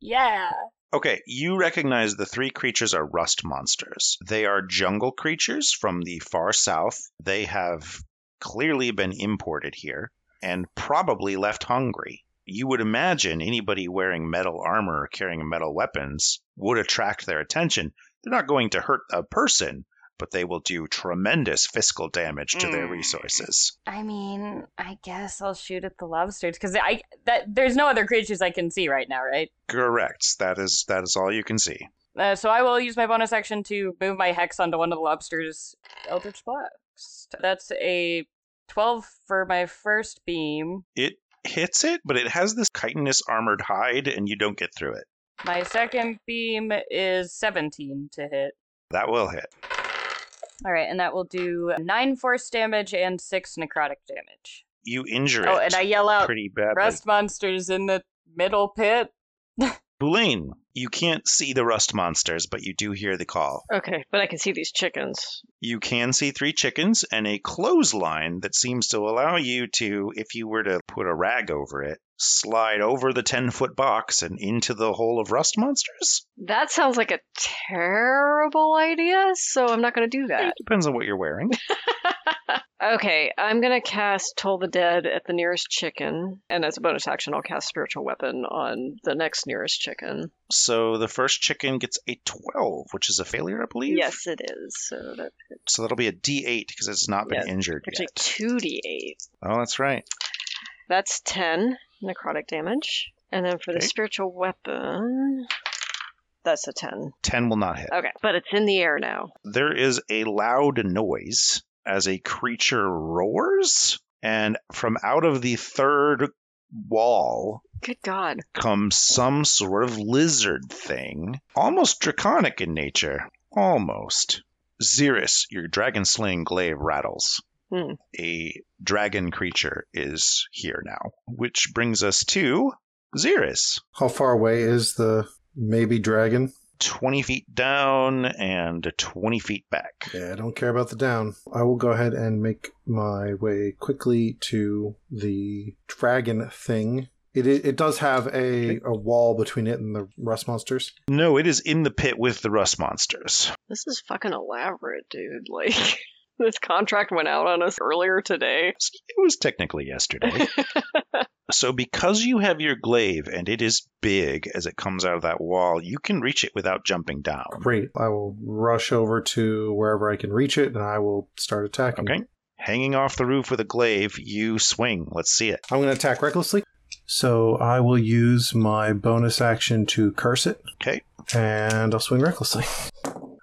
[SPEAKER 4] yeah.
[SPEAKER 1] Okay, you recognize the three creatures are rust monsters. They are jungle creatures from the far south. They have clearly been imported here and probably left hungry. You would imagine anybody wearing metal armor or carrying metal weapons would attract their attention. They're not going to hurt a person, but they will do tremendous fiscal damage to their
[SPEAKER 2] Mm.
[SPEAKER 1] resources.
[SPEAKER 4] I mean, I guess I'll shoot at the lobsters because I that there's no other creatures I can see right now, right?
[SPEAKER 1] Correct. That is that is all you can see.
[SPEAKER 4] Uh, so I will use my bonus action to move my hex onto one of the lobsters' eldritch blast. That's a 12 for my first beam.
[SPEAKER 1] It hits it, but it has this chitinous armored hide, and you don't get through it.
[SPEAKER 4] My second beam is 17 to hit.
[SPEAKER 1] That will hit.
[SPEAKER 4] All right, and that will do 9 force damage and 6 necrotic damage.
[SPEAKER 1] You injure
[SPEAKER 4] Oh,
[SPEAKER 1] it
[SPEAKER 4] and I yell out,
[SPEAKER 1] pretty badly.
[SPEAKER 4] Rust monsters in the middle pit.
[SPEAKER 1] Boulain, you can't see the rust monsters, but you do hear the call.
[SPEAKER 2] Okay, but I can see these chickens.
[SPEAKER 1] You can see three chickens and a clothesline that seems to allow you to, if you were to put a rag over it, slide over the 10 foot box and into the hole of rust monsters.
[SPEAKER 2] That sounds like a terrible idea, so I'm not going to do that.
[SPEAKER 1] It depends on what you're wearing.
[SPEAKER 2] Okay, I'm going to cast Toll the Dead at the nearest chicken, and as a bonus action, I'll cast Spiritual Weapon on the next nearest chicken.
[SPEAKER 1] so the first chicken gets a 12, which is a failure, I believe.
[SPEAKER 2] Yes, it is. So that
[SPEAKER 1] So that'll be a D8 because it's not been
[SPEAKER 2] Yes,
[SPEAKER 1] injured
[SPEAKER 2] actually
[SPEAKER 1] yet.
[SPEAKER 2] 2d8.
[SPEAKER 1] Oh, that's right.
[SPEAKER 2] That's 10 necrotic damage. And then for the
[SPEAKER 1] Okay.
[SPEAKER 2] spiritual weapon, that's a 10.
[SPEAKER 1] 10 will not hit.
[SPEAKER 2] Okay, but it's in the air now.
[SPEAKER 1] there is a loud noise as a creature roars, and from out of the third wall
[SPEAKER 2] Good God.
[SPEAKER 1] comes some sort of lizard thing, almost draconic in nature. Almost. Xeris, your dragon slaying glaive rattles.
[SPEAKER 2] Hmm.
[SPEAKER 1] A dragon creature is here now, which brings us to Xeris.
[SPEAKER 3] How far away is the maybe dragon?
[SPEAKER 1] 20 feet down and 20 feet back.
[SPEAKER 3] Yeah, I don't care about the down. I will go ahead and make my way quickly to the dragon thing. It i- it does have a, a wall between it and the rust monsters.
[SPEAKER 1] No, it is in the pit with the rust monsters.
[SPEAKER 2] This is fucking elaborate, dude. Like, this contract went out on us earlier today.
[SPEAKER 1] It was technically yesterday. so, because you have your glaive and it is big as it comes out of that wall, you can reach it without jumping down.
[SPEAKER 3] Great. I will rush over to wherever I can reach it and I will start attacking.
[SPEAKER 1] Okay. Hanging off the roof with a glaive, you swing. Let's see it.
[SPEAKER 3] I'm going to attack recklessly. So I will use my bonus action to curse it.
[SPEAKER 1] Okay.
[SPEAKER 3] And I'll swing recklessly.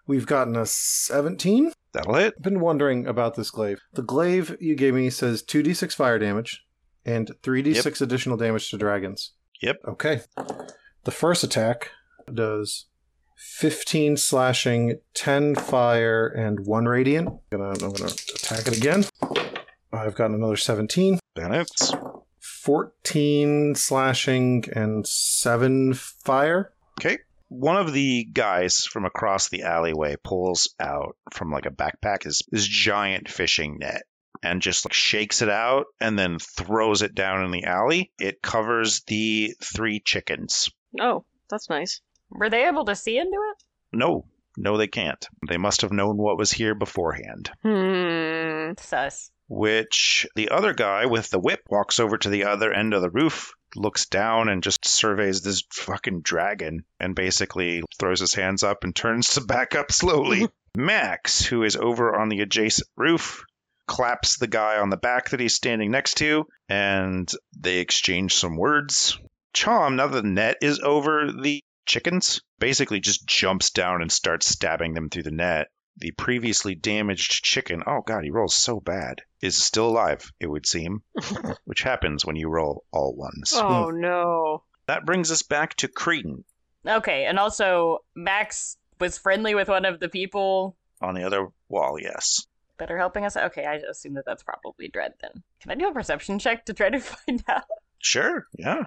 [SPEAKER 3] We've gotten a 17.
[SPEAKER 1] That'll hit.
[SPEAKER 3] I've been wondering about this glaive. The glaive you gave me says 2d6 fire damage and 3d6 additional damage to dragons.
[SPEAKER 1] Yep.
[SPEAKER 3] Okay. The first attack does 15 slashing, 10 fire, and 1 radiant. I'm going to I'm gonna attack it again. I've gotten another 17.
[SPEAKER 1] That hits.
[SPEAKER 3] 14 slashing and 7 fire.
[SPEAKER 1] One of the guys from across the alleyway pulls out from like a backpack his, his giant fishing net and just like shakes it out and then throws it down in the alley. It covers the three chickens.
[SPEAKER 2] Oh, that's nice.
[SPEAKER 4] Were they able to see into it?
[SPEAKER 1] No, no, they can't. They must have known what was here beforehand.
[SPEAKER 2] Hmm.
[SPEAKER 4] Sus.
[SPEAKER 1] Which the other guy with the whip walks over to the other end of the roof, looks down, and just surveys this fucking dragon and basically throws his hands up and turns to back up slowly. Max, who is over on the adjacent roof, claps the guy on the back that he's standing next to, and they exchange some words. Chom, now that the net is over the chickens, basically just jumps down and starts stabbing them through the net. The previously damaged chicken, oh god, he rolls so bad, is still alive, it would seem, which happens when you roll all ones.
[SPEAKER 2] Oh, no.
[SPEAKER 1] That brings us back to Cretan
[SPEAKER 4] Okay, and also Max was friendly with one of the people
[SPEAKER 1] on the other wall, yes.
[SPEAKER 4] that are helping us. Okay, I assume that that's probably Dread then. Can I do a perception check to try to find out?
[SPEAKER 1] Sure, yeah.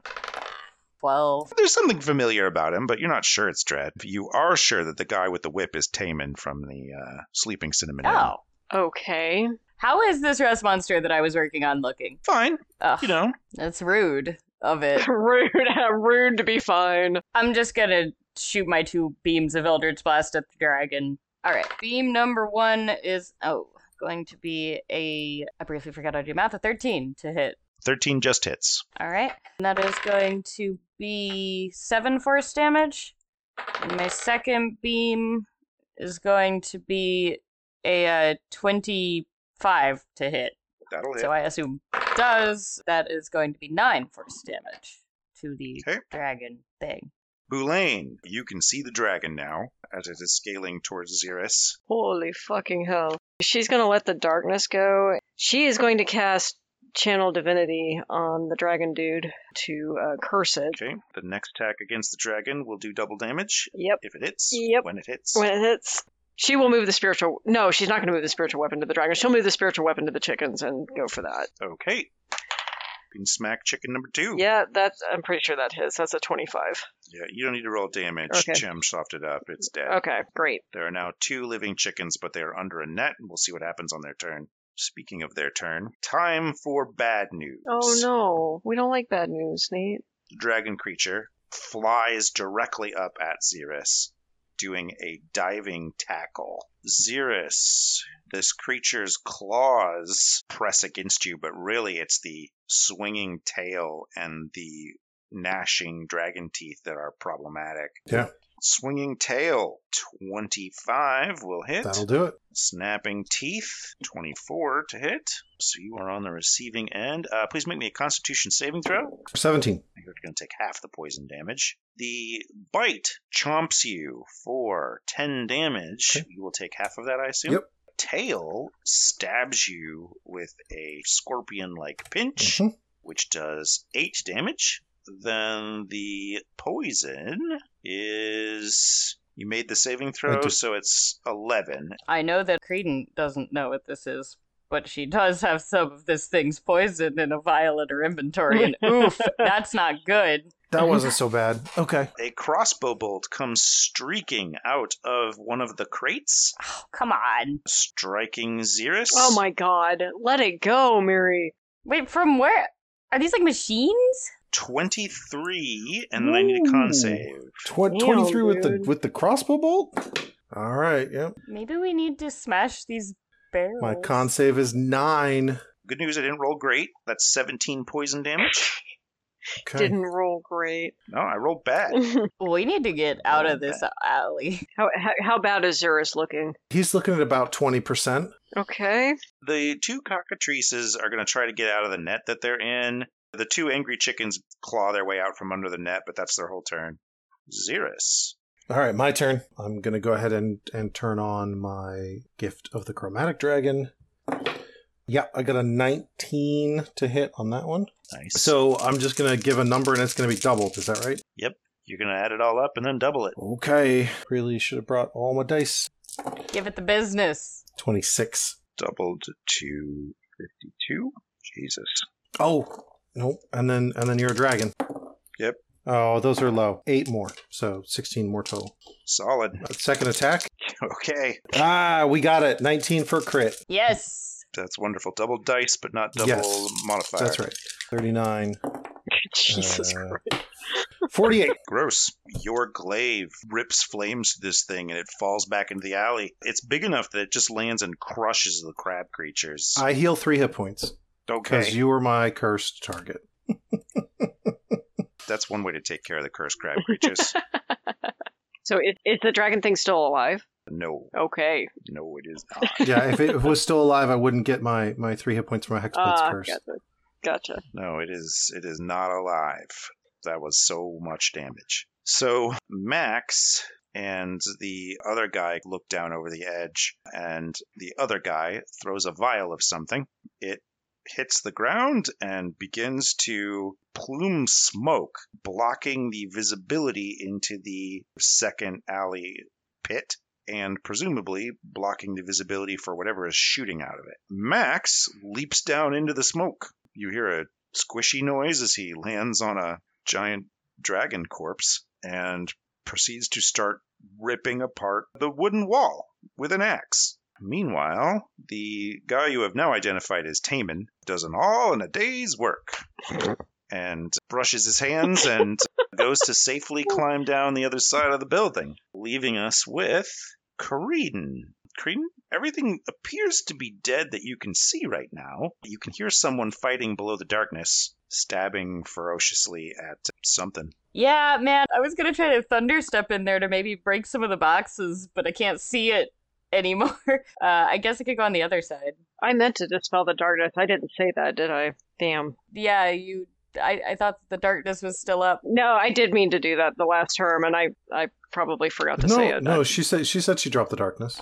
[SPEAKER 4] 12.
[SPEAKER 1] There's something familiar about him, but you're not sure it's Dread. You are sure that the guy with the whip is Taman from the uh, Sleeping Cinnamon. Inn.
[SPEAKER 4] Oh.
[SPEAKER 2] Okay.
[SPEAKER 4] How is this rust monster that I was working on looking?
[SPEAKER 1] Fine.
[SPEAKER 4] Ugh,
[SPEAKER 1] You know,
[SPEAKER 4] that's rude of it.
[SPEAKER 2] rude. rude to be fine.
[SPEAKER 4] I'm just gonna shoot my two beams of Eldritch Blast at the dragon. All right, beam number one is oh, going to be a I briefly forgot how to do math. A thirteen to hit.
[SPEAKER 1] 13 just hits.
[SPEAKER 4] All right, and that is going to be seven force damage. And my second beam is going to be a uh, twenty-five to hit.
[SPEAKER 1] That'll hit.
[SPEAKER 4] So I assume does that is going to be nine force damage to the
[SPEAKER 1] Okay.
[SPEAKER 4] dragon thing.
[SPEAKER 1] Boulain, you can see the dragon now as it is scaling towards Xeris.
[SPEAKER 2] Holy fucking hell. She's going to let the darkness go. She is going to cast Channel Divinity on the dragon dude to uh, curse it.
[SPEAKER 1] Okay, the next attack against the dragon will do double damage
[SPEAKER 2] Yep.
[SPEAKER 1] if it hits.
[SPEAKER 2] Yep.
[SPEAKER 1] When it hits.
[SPEAKER 2] When it hits. She will move the spiritual. No, she's not going to move the spiritual weapon to the dragon. She'll move the spiritual weapon to the chickens and go for that.
[SPEAKER 1] Okay. You can smack chicken number two.
[SPEAKER 2] Yeah, that's. I'm pretty sure that hits. That's a 25.
[SPEAKER 1] Yeah, you don't need to roll damage.
[SPEAKER 2] Okay.
[SPEAKER 1] Chem softed up. It's dead.
[SPEAKER 2] Okay, great.
[SPEAKER 1] There are now two living chickens, but they are under a net, and we'll see what happens on their turn. Speaking of their turn, time for bad news.
[SPEAKER 2] Oh no, we don't like bad news, Nate.
[SPEAKER 1] The dragon creature flies directly up at Xeris, doing a diving tackle. Xeris, this creature's claws press against you, but really it's the swinging tail and the gnashing dragon teeth that are problematic.
[SPEAKER 3] Yeah.
[SPEAKER 1] Swinging tail, 25 will hit.
[SPEAKER 3] That'll do it.
[SPEAKER 1] Snapping Teeth, 24 to hit. So you are on the receiving end. Uh, please make me a Constitution saving throw.
[SPEAKER 3] 17.
[SPEAKER 1] You're going to take half the poison damage. The bite chomps you for 10 damage.
[SPEAKER 3] Okay.
[SPEAKER 1] You will take half of that, I assume.
[SPEAKER 3] Yep.
[SPEAKER 1] Tail stabs you with a scorpion like pinch,
[SPEAKER 3] Mhm.
[SPEAKER 1] which does 8 damage. Then the poison is. You made the saving throw,
[SPEAKER 3] did.
[SPEAKER 1] so it's 11.
[SPEAKER 4] I know that Creedon doesn't know what this is, but she does have some of this thing's poison in a vial in her inventory, and oof, that's not good.
[SPEAKER 3] That wasn't so bad. Okay.
[SPEAKER 1] a crossbow bolt comes streaking out of one of the crates,
[SPEAKER 4] Oh, come on.
[SPEAKER 1] striking Xeris.
[SPEAKER 2] Oh my god, let it go, Mary.
[SPEAKER 4] Wait, from where? Are these like machines?
[SPEAKER 1] 23, and then I need a con
[SPEAKER 3] Ooh.
[SPEAKER 1] save.
[SPEAKER 3] Tw-
[SPEAKER 2] Damn,
[SPEAKER 3] 23 with the
[SPEAKER 2] dude.
[SPEAKER 3] with the crossbow bolt? All right, yep.
[SPEAKER 4] Maybe we need to smash these barrels.
[SPEAKER 3] My con save is 9.
[SPEAKER 1] Good news, I didn't roll great. That's 17 poison damage.
[SPEAKER 3] Okay.
[SPEAKER 2] Didn't roll great.
[SPEAKER 1] No, I rolled bad.
[SPEAKER 2] how,
[SPEAKER 4] We need to get out of this alley.
[SPEAKER 2] how how bad is Zerus looking?
[SPEAKER 3] He's looking at about 20%.
[SPEAKER 2] Okay.
[SPEAKER 1] The two cockatrices are going to try to get out of the net that they're in. The two angry chickens claw their way out from under the net, but that's their whole turn. Xeris.
[SPEAKER 3] All right, my turn. I'm going to go ahead and, and turn on my Gift of the Chromatic Dragon. Yeah, I got a 19 to hit on that one.
[SPEAKER 1] Nice.
[SPEAKER 3] So I'm just going to give a number and it's going to be doubled. Is that right?
[SPEAKER 1] you're going to add it all up and then double it.
[SPEAKER 3] Okay. Really should have brought all my dice.
[SPEAKER 4] Give it the business.
[SPEAKER 3] 26.
[SPEAKER 1] Doubled to 52. Jesus.
[SPEAKER 3] Oh, nope. And then and then you're a dragon.
[SPEAKER 1] Yep.
[SPEAKER 3] Oh, those are low. Eight more. So 16 more total.
[SPEAKER 1] Solid.
[SPEAKER 3] Second attack.
[SPEAKER 1] Okay.
[SPEAKER 3] Ah, we got it. 19 for crit.
[SPEAKER 4] Yes.
[SPEAKER 1] That's wonderful. Double dice, but not double
[SPEAKER 3] Yes.
[SPEAKER 1] modifier.
[SPEAKER 3] That's right. 39.
[SPEAKER 2] Jesus
[SPEAKER 3] Uh,
[SPEAKER 2] Christ.
[SPEAKER 3] 48.
[SPEAKER 1] Gross. Your glaive rips flames to this thing and it falls back into the alley. It's big enough that it just lands and crushes the crab creatures.
[SPEAKER 3] I heal three hit points because
[SPEAKER 1] okay.
[SPEAKER 3] you were my cursed target.
[SPEAKER 1] That's one way to take care of the cursed crab creatures.
[SPEAKER 2] So it, is the dragon thing still alive?
[SPEAKER 1] no,
[SPEAKER 2] Okay.
[SPEAKER 1] no, it is not.
[SPEAKER 3] Yeah, if it, if it was still alive, I wouldn't get my, my three hit points from my hex points
[SPEAKER 2] Ah,
[SPEAKER 3] curse.
[SPEAKER 2] gotcha. Gotcha.
[SPEAKER 1] No, it is it is not alive. That was so much damage. So Max and the other guy look down over the edge and the other guy throws a vial of something. It hits the ground and begins to plume smoke, blocking the visibility into the second alley pit and presumably blocking the visibility for whatever is shooting out of it. Max leaps down into the smoke. You hear a squishy noise as he lands on a giant dragon corpse and proceeds to start ripping apart the wooden wall with an axe. Meanwhile, the guy you have now identified as Taman does an all in a day's work and brushes his hands and goes to safely climb down the other side of the building, leaving us with Creedon. Creedon, everything appears to be dead that you can see right now. You can hear someone fighting below the darkness, stabbing ferociously at something.
[SPEAKER 4] Yeah, man, I was gonna try to thunderstep in there to maybe break some of the boxes, but I can't see it anymore. Uh, I guess I could go on the other side.
[SPEAKER 2] I meant to dispel the darkness. I didn't say that, did I? Damn.
[SPEAKER 4] Yeah, you. I, I thought the darkness was still up.
[SPEAKER 2] No, I did mean to do that the last term, and I, I probably forgot to say uh,
[SPEAKER 3] No,
[SPEAKER 2] it.
[SPEAKER 3] no, she said she said she dropped the darkness.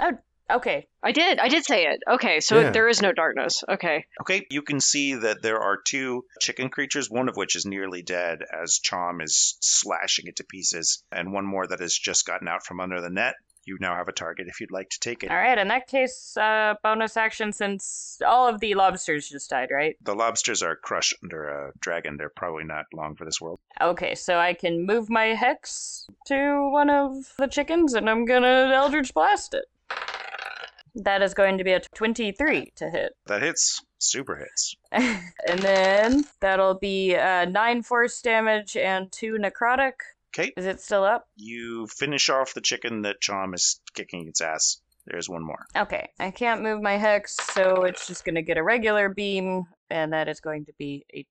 [SPEAKER 4] Okay,
[SPEAKER 2] I did. I did say it. Okay, so
[SPEAKER 3] Yeah.
[SPEAKER 2] there is no darkness. Okay.
[SPEAKER 1] Okay, you can see that there are two chicken creatures, one of which is nearly dead as Chom is slashing it to pieces, and one more that has just gotten out from under the net. You now have a target if you'd like to take it.
[SPEAKER 4] all right. In that case, uh, bonus action since all of the lobsters just died, right?
[SPEAKER 1] The lobsters are crushed under a dragon. They're probably not long for this world.
[SPEAKER 4] Okay, so I can move my hex to one of the chickens, and I'm gonna Eldritch Blast it. That is going to be a twenty-three to hit.
[SPEAKER 1] That hits. Super hits.
[SPEAKER 4] and then that'll be uh, nine force damage and two necrotic.
[SPEAKER 1] Okay,
[SPEAKER 4] Is it still up?
[SPEAKER 1] you finish off the chicken that Chom is kicking its ass. There's one more.
[SPEAKER 4] Okay, I can't move my hex, so it's just going to get a regular beam, and that is going to be a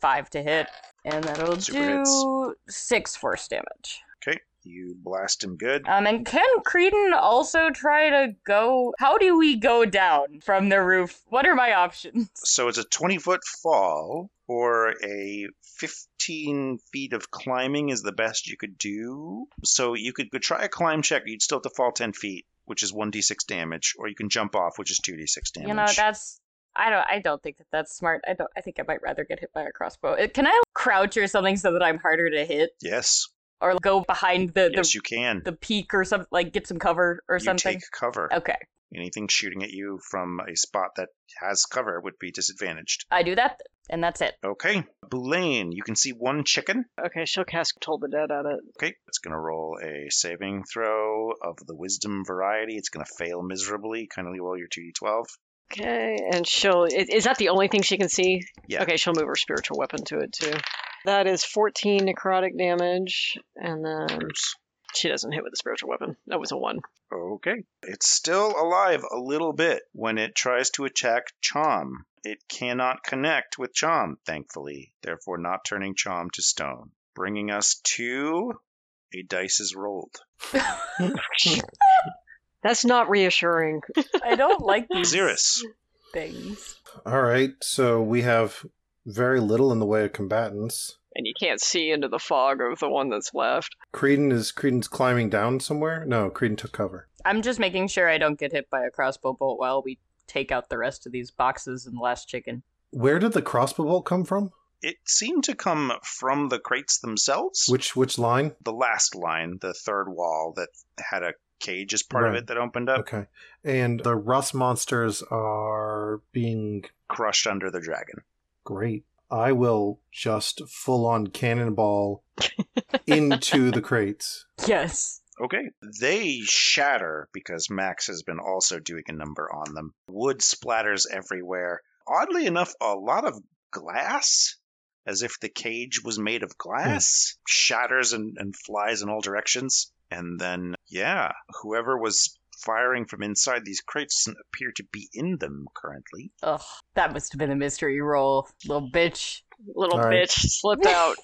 [SPEAKER 4] 25 to hit, and that'll
[SPEAKER 1] Super
[SPEAKER 4] do
[SPEAKER 1] hits.
[SPEAKER 4] six force damage.
[SPEAKER 1] Okay, you blast him good.
[SPEAKER 4] Um, and can Creedon also try to go? How do we go down from the roof? What are my options?
[SPEAKER 1] So it's a 20 foot fall or a 15 feet of climbing is the best you could do. So you could try a climb check. You'd still have to fall 10 feet, which is 1d6 damage, or you can jump off, which is 2d6 damage.
[SPEAKER 4] You know, that's I don't I don't think that that's smart. I don't I think I might rather get hit by a crossbow. Uh, Can I crouch or something so that I'm harder to hit,
[SPEAKER 1] yes,
[SPEAKER 4] or go behind the
[SPEAKER 1] yes,
[SPEAKER 4] the,
[SPEAKER 1] you can.
[SPEAKER 4] the peak or something, like get some cover or
[SPEAKER 1] you
[SPEAKER 4] something?
[SPEAKER 1] take cover.
[SPEAKER 4] Okay.
[SPEAKER 1] Anything shooting at you from a spot that has cover would be disadvantaged.
[SPEAKER 4] I do that, and that's it.
[SPEAKER 1] Okay, Boulain, you can see one chicken.
[SPEAKER 2] Okay, she'll cast Toll the Dead at it.
[SPEAKER 1] Okay, it's going to roll a saving throw of the wisdom variety. It's going to fail miserably. Kindly roll your 2d12.
[SPEAKER 2] Okay, and she'll. i- Is that the only thing she can see?
[SPEAKER 1] Yeah.
[SPEAKER 2] Okay, she'll move her spiritual weapon to it too. That is 14 necrotic damage, and then
[SPEAKER 1] Oops.
[SPEAKER 2] she doesn't hit with the spiritual weapon. That was a one.
[SPEAKER 1] Okay. It's still alive a little bit when it tries to attack Chom. It cannot connect with Chom, thankfully, therefore not turning Chom to stone. Bringing us to a dice is rolled.
[SPEAKER 2] That's not reassuring.
[SPEAKER 4] I don't like these
[SPEAKER 1] Xerus,
[SPEAKER 4] things.
[SPEAKER 3] All right, so we have very little in the way of combatants.
[SPEAKER 2] And you can't see into the fog of the one that's left.
[SPEAKER 3] Creedon is Creedon's climbing down somewhere. No, Creedon took cover.
[SPEAKER 4] I'm just making sure I don't get hit by a crossbow bolt while we take out the rest of these boxes and the last chicken.
[SPEAKER 3] Where did the crossbow bolt come from?
[SPEAKER 1] it seemed to come from the crates themselves.
[SPEAKER 3] Which which line?
[SPEAKER 1] the last line, the third wall that had a cage as part of
[SPEAKER 3] Right.
[SPEAKER 1] it that opened up,
[SPEAKER 3] Okay, and the rust monsters are being
[SPEAKER 1] crushed under the dragon.
[SPEAKER 3] great. I will just full on cannonball into the crates.
[SPEAKER 4] Yes.
[SPEAKER 1] Okay. They shatter because Max has been also doing a number on them. Wood splatters everywhere. Oddly enough, a lot of glass, as if the cage was made of glass, shatters and, and flies in all directions. And then, yeah, whoever was firing from inside these crates doesn't appear to be in them currently.
[SPEAKER 4] Ugh. That must have been a mystery roll, little bitch.
[SPEAKER 2] Little
[SPEAKER 3] All right.
[SPEAKER 2] bitch slipped out.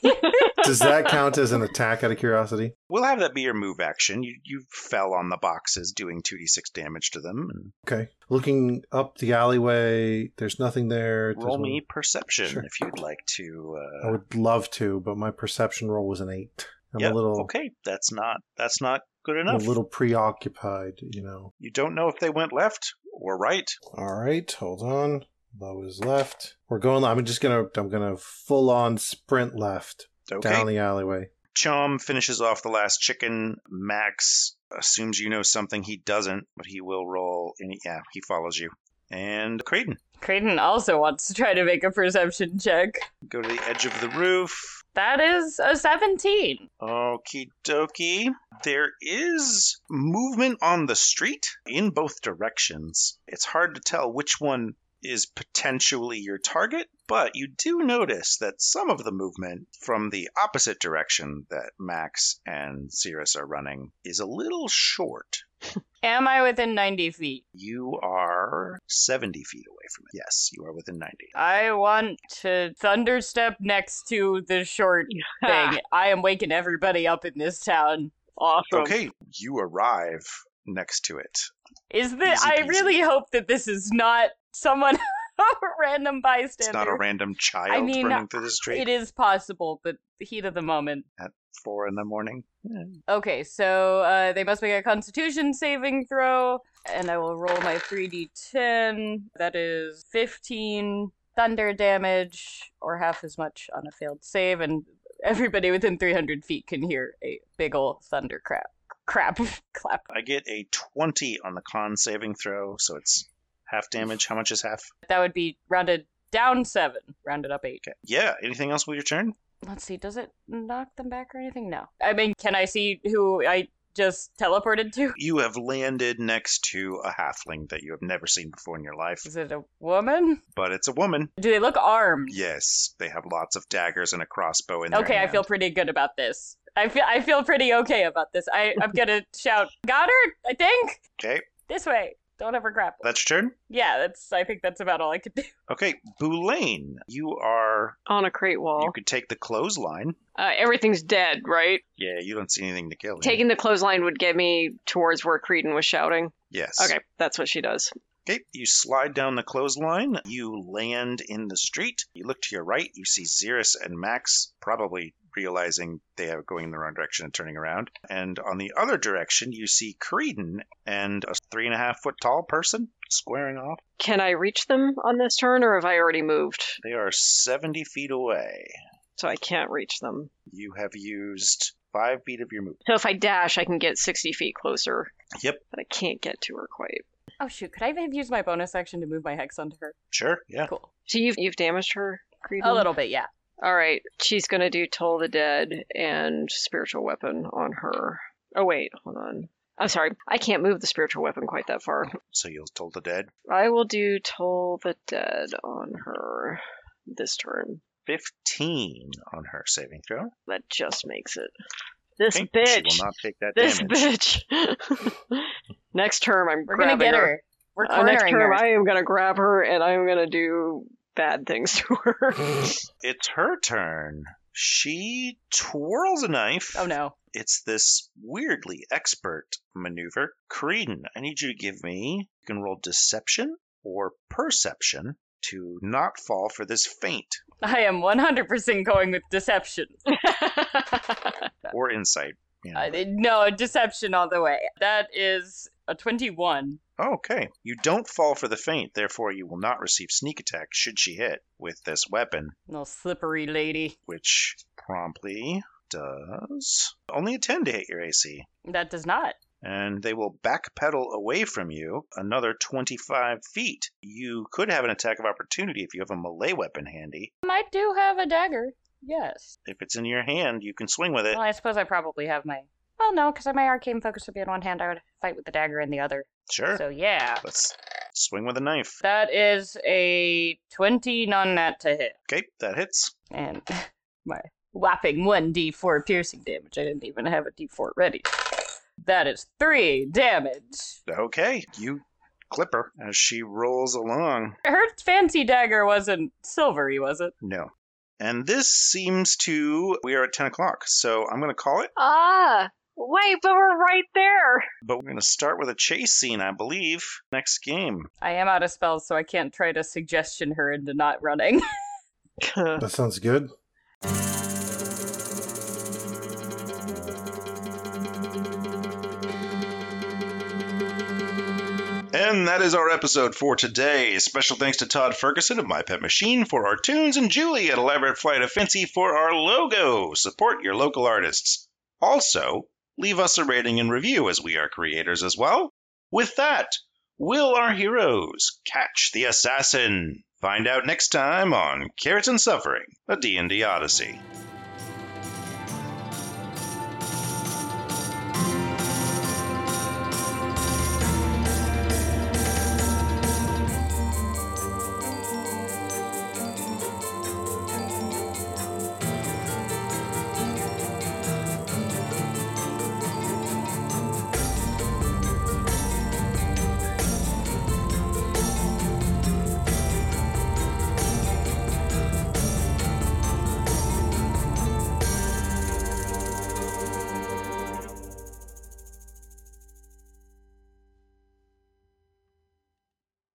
[SPEAKER 3] Does that count as an attack out of curiosity?
[SPEAKER 1] We'll have that be your move action. You, you fell on the boxes, doing 2d6 damage to them. And
[SPEAKER 3] Okay. Looking up the alleyway, there's nothing there. There's
[SPEAKER 1] roll
[SPEAKER 3] one-
[SPEAKER 1] me perception
[SPEAKER 3] Sure.
[SPEAKER 1] if you'd like to. Uh,
[SPEAKER 3] I would love to, but my perception roll was an eight. I'm
[SPEAKER 1] Yep,
[SPEAKER 3] a little
[SPEAKER 1] okay that's not that's not good
[SPEAKER 3] I'm a
[SPEAKER 1] enough
[SPEAKER 3] little preoccupied, you know.
[SPEAKER 1] you don't know if they went left or right
[SPEAKER 3] All right, hold on. Low is left. We're going. I'm just gonna. I'm gonna full on sprint left
[SPEAKER 1] okay
[SPEAKER 3] down the alleyway.
[SPEAKER 1] chom finishes off the last chicken max assumes you know something he doesn't but he will roll and yeah he follows you and Creighton,
[SPEAKER 4] Creighton also wants to try to make a perception check.
[SPEAKER 1] go to the edge of the roof
[SPEAKER 4] That is a 17.
[SPEAKER 1] Okie dokie. There is movement on the street in both directions. It's hard to tell which one is potentially your target, but you do notice that some of the movement from the opposite direction that Max and Cirrus are running is a little short.
[SPEAKER 4] Am I within 90 feet?
[SPEAKER 1] You are 70 feet away from it. Yes, you are within 90.
[SPEAKER 4] I want to thunderstep next to the short thing. I am waking everybody up in this town.
[SPEAKER 2] awesome.
[SPEAKER 1] Okay, you arrive next to it.
[SPEAKER 4] Is that
[SPEAKER 1] Easy
[SPEAKER 4] I
[SPEAKER 1] peasy.
[SPEAKER 4] really hope that this is not someone a random bystander.
[SPEAKER 1] It's not a random child
[SPEAKER 4] I mean,
[SPEAKER 1] running through the street
[SPEAKER 4] It is possible, but the heat of the moment.
[SPEAKER 1] at 4 in the morning.
[SPEAKER 4] Okay, so uh, they must make a Constitution saving throw, and I will roll my 3d10. That is 15 thunder damage, or half as much on a failed save, and everybody within 300 feet can hear a big ol' thunder crap. Crap. Clap.
[SPEAKER 1] I get a 20 on the con saving throw, so it's half damage. How much is half?
[SPEAKER 4] That would be rounded down 7, rounded up 8.
[SPEAKER 1] Okay. Yeah, anything else with your turn?
[SPEAKER 4] Let's see, does it knock them back or anything? No. I mean, can I see who I just teleported to?
[SPEAKER 1] You have landed next to a halfling that you have never seen before in your life,
[SPEAKER 4] Is it a woman?
[SPEAKER 1] but it's a woman.
[SPEAKER 4] Do they look armed?
[SPEAKER 1] Yes, they have lots of daggers and a crossbow in their
[SPEAKER 4] Okay, I
[SPEAKER 1] hand.
[SPEAKER 4] feel pretty good about this. I feel I feel pretty okay about this. I I'm gonna shout, got her. I think
[SPEAKER 1] Okay,
[SPEAKER 4] this way. Don't ever grapple.
[SPEAKER 1] that's your turn.
[SPEAKER 4] yeah, that's. I think that's about all I could do.
[SPEAKER 1] Okay, Boulain, you are.
[SPEAKER 2] On a crate
[SPEAKER 1] You
[SPEAKER 2] wall.
[SPEAKER 1] could take the clothesline.
[SPEAKER 2] Uh, everything's dead, right?
[SPEAKER 1] Yeah, you don't see anything to kill.
[SPEAKER 3] Oh,
[SPEAKER 1] here.
[SPEAKER 2] Taking the clothesline would get me towards where Creedon was shouting.
[SPEAKER 1] Yes.
[SPEAKER 2] Okay, that's what she does.
[SPEAKER 1] Okay, you slide down the clothesline. You land in the street. You look to your right. You see Xeris and Max, probably realizing they are going in the wrong direction and turning around. And on the other direction, you see Creedon and a three and a half foot tall person squaring off.
[SPEAKER 2] Can I reach them on this turn, or have I already moved?
[SPEAKER 1] They are 70 feet away.
[SPEAKER 2] So I can't reach them.
[SPEAKER 1] You have used five feet of your movement.
[SPEAKER 2] So if I dash, I can get 60 feet closer.
[SPEAKER 1] Yep.
[SPEAKER 2] But I can't get to her quite.
[SPEAKER 4] Oh shoot! Could I have used my bonus action to move my hex onto her?
[SPEAKER 1] Sure, yeah.
[SPEAKER 4] Cool.
[SPEAKER 2] So you've, you've damaged her, Creedon?
[SPEAKER 4] A little bit, yeah.
[SPEAKER 2] All right. She's going to do Toll the Dead and Spiritual Weapon on her. Oh, wait. Hold on. I'm sorry. I can't move the Spiritual Weapon quite that far.
[SPEAKER 1] So you'll toll the dead.
[SPEAKER 2] I will do Toll the Dead on her this turn.
[SPEAKER 1] 15 on her saving throw.
[SPEAKER 2] That just makes it. This
[SPEAKER 1] Okay, She
[SPEAKER 2] bitch.
[SPEAKER 1] will not take that
[SPEAKER 2] This
[SPEAKER 1] damage.
[SPEAKER 2] bitch. next term, I'm
[SPEAKER 4] We're
[SPEAKER 2] grabbing
[SPEAKER 4] gonna get her. We're
[SPEAKER 2] Uh, next
[SPEAKER 4] cornering
[SPEAKER 2] term,
[SPEAKER 4] her.
[SPEAKER 2] I am gonna grab her and I'm gonna do bad things to her.
[SPEAKER 1] It's her turn. She twirls a knife.
[SPEAKER 4] Oh no!
[SPEAKER 1] It's this weirdly expert maneuver. Creedon, I need you to give me. You can roll deception or perception to not fall for this feint
[SPEAKER 4] I am 100% going with deception.
[SPEAKER 1] or insight. you know.
[SPEAKER 4] Uh, no, deception all the way. That is a 21.
[SPEAKER 1] okay. You don't fall for the feint, therefore, you will not receive sneak attack should she hit with this weapon,
[SPEAKER 4] No slippery lady.
[SPEAKER 1] which promptly does only a 10 to hit your AC.
[SPEAKER 4] That does not.
[SPEAKER 1] and they will backpedal away from you another 25 feet. You could have an attack of opportunity if you have a melee weapon handy.
[SPEAKER 4] Um, I do have a dagger. Yes.
[SPEAKER 1] If it's in your hand, you can swing with it.
[SPEAKER 4] Well, I suppose I probably have my. Well, no, because my arcane focus would be in one hand. I would fight with the dagger in the other.
[SPEAKER 1] Sure.
[SPEAKER 4] So yeah,
[SPEAKER 1] Let's swing with a knife.
[SPEAKER 4] that is a twenty non-nat to hit,
[SPEAKER 1] Okay, that hits.
[SPEAKER 4] and my whopping one d4 piercing damage. I didn't even have a d4 ready. That is three damage.
[SPEAKER 1] Okay, you clip her as she rolls along.
[SPEAKER 4] Her fancy dagger wasn't silvery, was it?
[SPEAKER 1] No. And this seems to. We are at 10 o'clock, so I'm going to call it.
[SPEAKER 2] ah, wait, but we're right there.
[SPEAKER 1] But we're going to start with a chase scene, I believe, next game.
[SPEAKER 4] I am out of spells, so I can't try to suggestion her into not running.
[SPEAKER 3] That sounds good.
[SPEAKER 1] And that is our episode for today. Special thanks to Todd Ferguson of My Pet Machine for our tunes and Julie at Elaborate Flight of Fancy for our logo. Support your local artists. Also, leave us a rating and review as we are creators as well. With that, will our heroes catch the assassin? Find out next time on Carrots and Suffering, a D&D Odyssey.